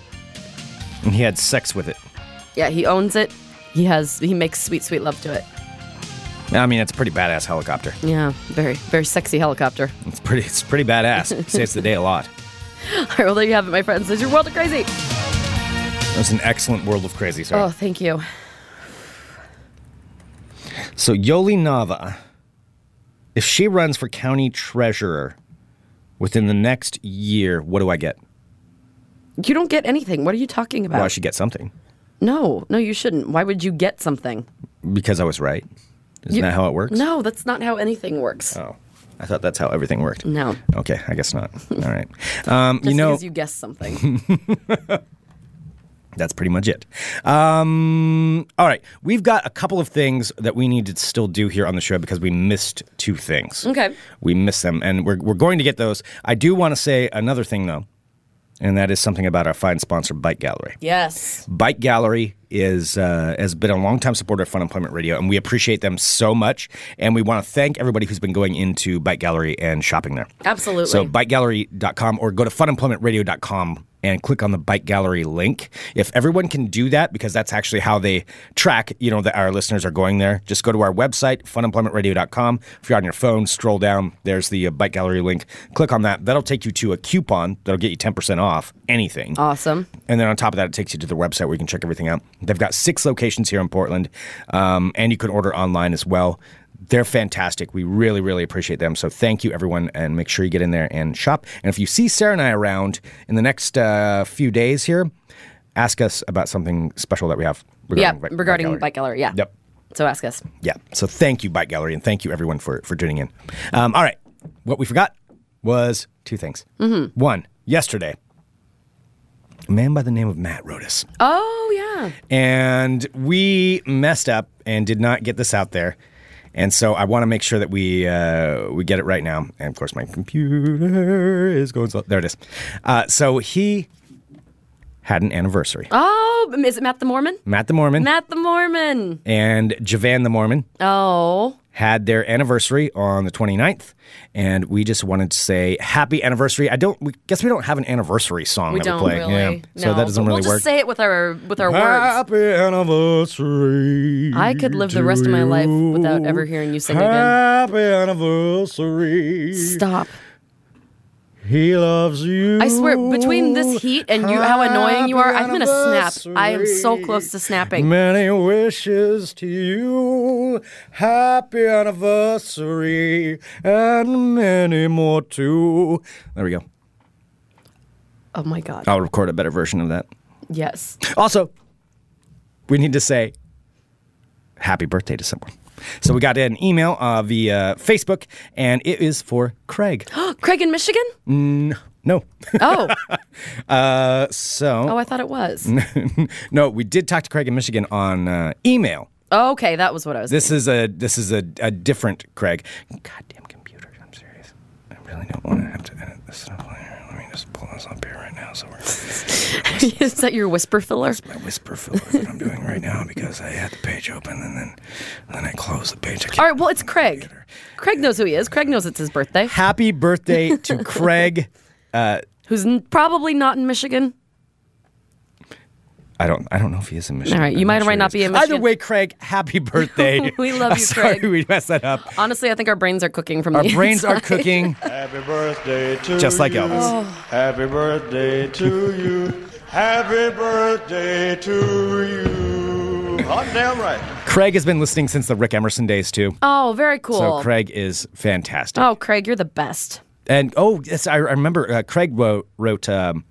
[SPEAKER 6] And he had sex with it.
[SPEAKER 5] Yeah, he owns it. He has, he makes sweet, sweet love to it.
[SPEAKER 6] I mean, it's a pretty badass helicopter.
[SPEAKER 5] Yeah, very, very sexy helicopter.
[SPEAKER 6] It's pretty. It's pretty badass. Saves the day a lot.
[SPEAKER 5] All right, well, there you have it, my friends. This is your world of crazy.
[SPEAKER 6] That was an excellent world of crazy. Sorry.
[SPEAKER 5] Oh, thank you.
[SPEAKER 6] So Yoli Nava, if she runs for county treasurer within the next year, what do I get?
[SPEAKER 5] You don't get anything. What are you talking about?
[SPEAKER 6] Well, I should get something
[SPEAKER 5] no, no, you shouldn't. Why would you get something?
[SPEAKER 6] because I was right. Isn't
[SPEAKER 5] You-
[SPEAKER 6] that how it works?
[SPEAKER 5] No, that's not how anything works.
[SPEAKER 6] Oh, I thought that's how everything worked.
[SPEAKER 5] No.
[SPEAKER 6] Okay, I guess not. All right. Um,
[SPEAKER 5] Just
[SPEAKER 6] you know,
[SPEAKER 5] because you guessed something.
[SPEAKER 6] that's pretty much it. Um, all right, we've got a couple of things that we need to still do here on the show because we missed two things.
[SPEAKER 5] Okay.
[SPEAKER 6] we missed them, and we're we're going to get those. I do want to say another thing though, and that is something about our fine sponsor, Bike Gallery.
[SPEAKER 5] yes.
[SPEAKER 6] Bike Gallery is uh, has been a longtime supporter of Fun Employment Radio, and we appreciate them so much. And we want to thank everybody who's been going into Bike Gallery and shopping there.
[SPEAKER 5] Absolutely.
[SPEAKER 6] So bikegallery.com or go to funemploymentradio.com and click on the bike gallery link. If everyone can do that, because that's actually how they track, you know, that our listeners are going there, just go to our website, funemploymentradio.com. If you're on your phone, scroll down. There's the uh, bike gallery link. Click on that. That'll take you to a coupon that'll get you 10% off anything.
[SPEAKER 5] Awesome.
[SPEAKER 6] And then on top of that, it takes you to the website where you can check everything out. They've got six locations here in Portland, um, and you can order online as well. They're fantastic. We really, really appreciate them. So thank you, everyone, and make sure you get in there and shop. And if you see Sarah and I around in the next uh, few days here, ask us about something special that we have
[SPEAKER 5] Yeah,
[SPEAKER 6] Bike- Bike
[SPEAKER 5] regarding
[SPEAKER 6] Gallery.
[SPEAKER 5] Bike Gallery. Yeah.
[SPEAKER 6] Yep.
[SPEAKER 5] So ask us.
[SPEAKER 6] Yeah. So thank you, Bike Gallery, and thank you, everyone, for, for tuning in. Um, all right. What we forgot was two things. Mm-hmm. One, yesterday, a man by the name of Matt wrote us
[SPEAKER 5] Oh, yeah.
[SPEAKER 6] and we messed up and did not get this out there. And so I want to make sure that we uh, we get it right now. And of course, my computer is going slow. There it is. Uh, so he had an anniversary.
[SPEAKER 5] Oh, is it Matt the Mormon?
[SPEAKER 6] Matt the Mormon
[SPEAKER 5] Matt the Mormon.
[SPEAKER 6] and Javan the Mormon
[SPEAKER 5] Oh.
[SPEAKER 6] had their anniversary on the 29th and we just wanted to say happy anniversary i don't we guess we don't have an anniversary song
[SPEAKER 5] We
[SPEAKER 6] that
[SPEAKER 5] don't
[SPEAKER 6] we play
[SPEAKER 5] really.
[SPEAKER 6] so that
[SPEAKER 5] No,
[SPEAKER 6] doesn't
[SPEAKER 5] but
[SPEAKER 6] really
[SPEAKER 5] we'll
[SPEAKER 6] work
[SPEAKER 5] Just say it with our with our words.
[SPEAKER 6] Happy anniversary.
[SPEAKER 5] I could live the rest of my life without ever hearing you sing again.
[SPEAKER 6] Happy anniversary.
[SPEAKER 5] Stop.
[SPEAKER 6] He loves you.
[SPEAKER 5] I swear, between this heat and you, how annoying you are, I'm gonna snap. I am so close to snapping.
[SPEAKER 6] Many wishes to you. Happy anniversary. And many more too. There we go.
[SPEAKER 5] Oh my god.
[SPEAKER 6] I'll record a better version of that.
[SPEAKER 5] Yes.
[SPEAKER 6] Also, we need to say happy birthday to someone. So we got an email uh, via Facebook, and it is for Craig.
[SPEAKER 5] Craig in Michigan?
[SPEAKER 6] No.
[SPEAKER 5] Oh,
[SPEAKER 6] Uh, so,
[SPEAKER 5] oh, I thought it was.
[SPEAKER 6] no, we did talk to Craig in Michigan on uh, email.
[SPEAKER 5] Okay, that was what I was.
[SPEAKER 6] This is a this is a, a different Craig. Goddamn computer! I'm serious. I really don't want to have to edit this stuff later. Let me just pull this up here right now. So we're
[SPEAKER 5] is that your whisper filler?
[SPEAKER 6] my whisper filler that I'm doing right now because I had the page open and then and then I closed the page. I can't
[SPEAKER 5] All right, well, it's Craig. Craig knows who he is. Craig knows it's his birthday.
[SPEAKER 6] Happy birthday to Craig.
[SPEAKER 5] Who's n- probably not in Michigan.
[SPEAKER 6] I don't. I don't know if he is in Michigan.
[SPEAKER 5] All right, you
[SPEAKER 6] I'm
[SPEAKER 5] might
[SPEAKER 6] not
[SPEAKER 5] or might not
[SPEAKER 6] he
[SPEAKER 5] be
[SPEAKER 6] is.
[SPEAKER 5] in
[SPEAKER 6] Either
[SPEAKER 5] Michigan.
[SPEAKER 6] way, Craig, happy birthday.
[SPEAKER 5] We love
[SPEAKER 6] I'm
[SPEAKER 5] you,
[SPEAKER 6] sorry
[SPEAKER 5] Craig.
[SPEAKER 6] we messed that up.
[SPEAKER 5] Honestly, I think our brains are cooking from
[SPEAKER 6] Our
[SPEAKER 5] the
[SPEAKER 6] brains are
[SPEAKER 5] inside.
[SPEAKER 6] cooking
[SPEAKER 7] Happy birthday to
[SPEAKER 6] just like
[SPEAKER 7] you.
[SPEAKER 6] Elvis.
[SPEAKER 7] Happy birthday to you. Happy birthday to you. Hot damn right.
[SPEAKER 6] Craig has been listening since the Rick Emerson days too.
[SPEAKER 5] Oh, very cool.
[SPEAKER 6] So Craig is fantastic.
[SPEAKER 5] Oh, Craig, you're the best.
[SPEAKER 6] And oh, yes, I I remember uh, Craig wrote, wrote um,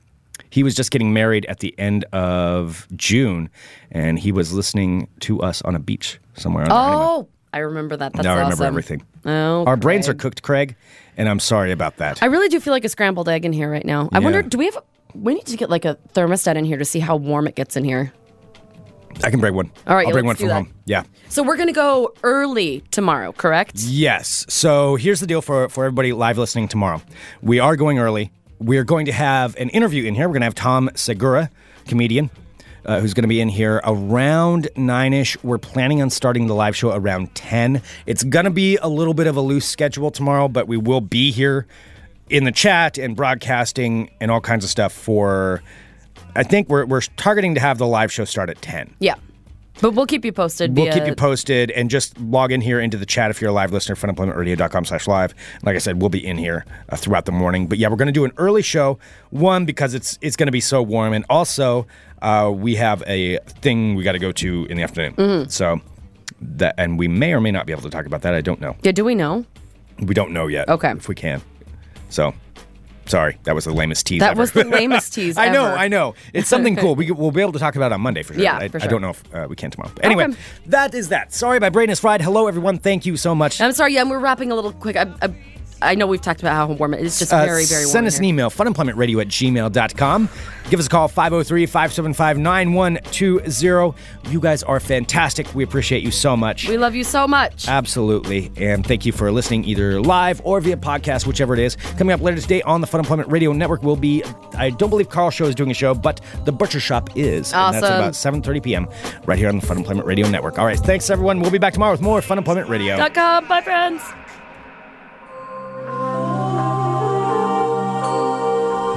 [SPEAKER 6] he was just getting married at the end of June, and he was listening to us on a beach somewhere. On their honeymoon.
[SPEAKER 5] Oh, I remember that. That's
[SPEAKER 6] now I remember
[SPEAKER 5] awesome.
[SPEAKER 6] everything.
[SPEAKER 5] Oh,
[SPEAKER 6] Our brains are
[SPEAKER 5] Craig.
[SPEAKER 6] cooked, Craig, and I'm sorry about that.
[SPEAKER 5] I really do feel like a scrambled egg in here right now. I wonder,
[SPEAKER 6] Yeah.
[SPEAKER 5] do we have? We need to get like a thermostat in here to see how warm it gets in here.
[SPEAKER 6] I can bring one.
[SPEAKER 5] All right,
[SPEAKER 6] I'll
[SPEAKER 5] yeah,
[SPEAKER 6] bring one
[SPEAKER 5] let's
[SPEAKER 6] from
[SPEAKER 5] do that.
[SPEAKER 6] home. Yeah.
[SPEAKER 5] So we're gonna go early tomorrow, correct?
[SPEAKER 6] Yes. So here's the deal for, for everybody live listening tomorrow. We are going early. We're going to have an interview in here. We're going to have Tom Segura, comedian, uh, who's going to be in here around nine ish. We're planning on starting the live show around 10. It's going to be a little bit of a loose schedule tomorrow, but we will be here in the chat and broadcasting and all kinds of stuff for. I think we're, we're targeting to have the live show start at 10.
[SPEAKER 5] Yeah, but we'll keep you posted.
[SPEAKER 6] We'll
[SPEAKER 5] via-
[SPEAKER 6] keep you posted and just log in here into the chat if you're a live listener, funemploymentradio.com slash live. Like I said, we'll be in here uh, throughout the morning. But yeah, we're going to do an early show, one, because it's it's going to be so warm. And also, uh, we have a thing we got to go to in the afternoon.
[SPEAKER 5] Mm-hmm.
[SPEAKER 6] So that, and we may or may not be able to talk about that. I don't know.
[SPEAKER 5] Yeah, do we know?
[SPEAKER 6] We don't know yet.
[SPEAKER 5] Okay.
[SPEAKER 6] If we can. So. Sorry, that was the lamest tease.
[SPEAKER 5] That
[SPEAKER 6] ever.
[SPEAKER 5] was the lamest tease.
[SPEAKER 6] I know,
[SPEAKER 5] ever.
[SPEAKER 6] I know. It's something cool. We, we'll be able to talk about it on Monday for sure.
[SPEAKER 5] Yeah,
[SPEAKER 6] I,
[SPEAKER 5] for
[SPEAKER 6] I
[SPEAKER 5] sure.
[SPEAKER 6] don't know if uh, we can tomorrow. But anyway,
[SPEAKER 5] Okay.
[SPEAKER 6] that is that. Sorry, my brain is fried. Hello, everyone. Thank you so much.
[SPEAKER 5] I'm sorry. Yeah, we're wrapping a little quick. I, I, I know we've talked about how warm it is. Just
[SPEAKER 6] Uh,
[SPEAKER 5] very, very warm.
[SPEAKER 6] send us
[SPEAKER 5] here.
[SPEAKER 6] an email, funemploymentradio at gmail.com. Give us a call, 503 575 9120. You guys are fantastic. We appreciate you so much.
[SPEAKER 5] We love you so
[SPEAKER 6] Uh,
[SPEAKER 5] much.
[SPEAKER 6] Absolutely. And thank you for listening either live or via podcast, whichever it is. Coming up later today on the Fun Employment Radio Network will be, I don't believe Carl Show is doing a show, but The Butcher Shop is. And
[SPEAKER 5] Awesome.
[SPEAKER 6] that's about 7.30 p.m. right here on the Fun Employment Radio Network. All right. Thanks, everyone. We'll be back tomorrow with more Fun Employment Radio.
[SPEAKER 5] Dot com. Bye, friends.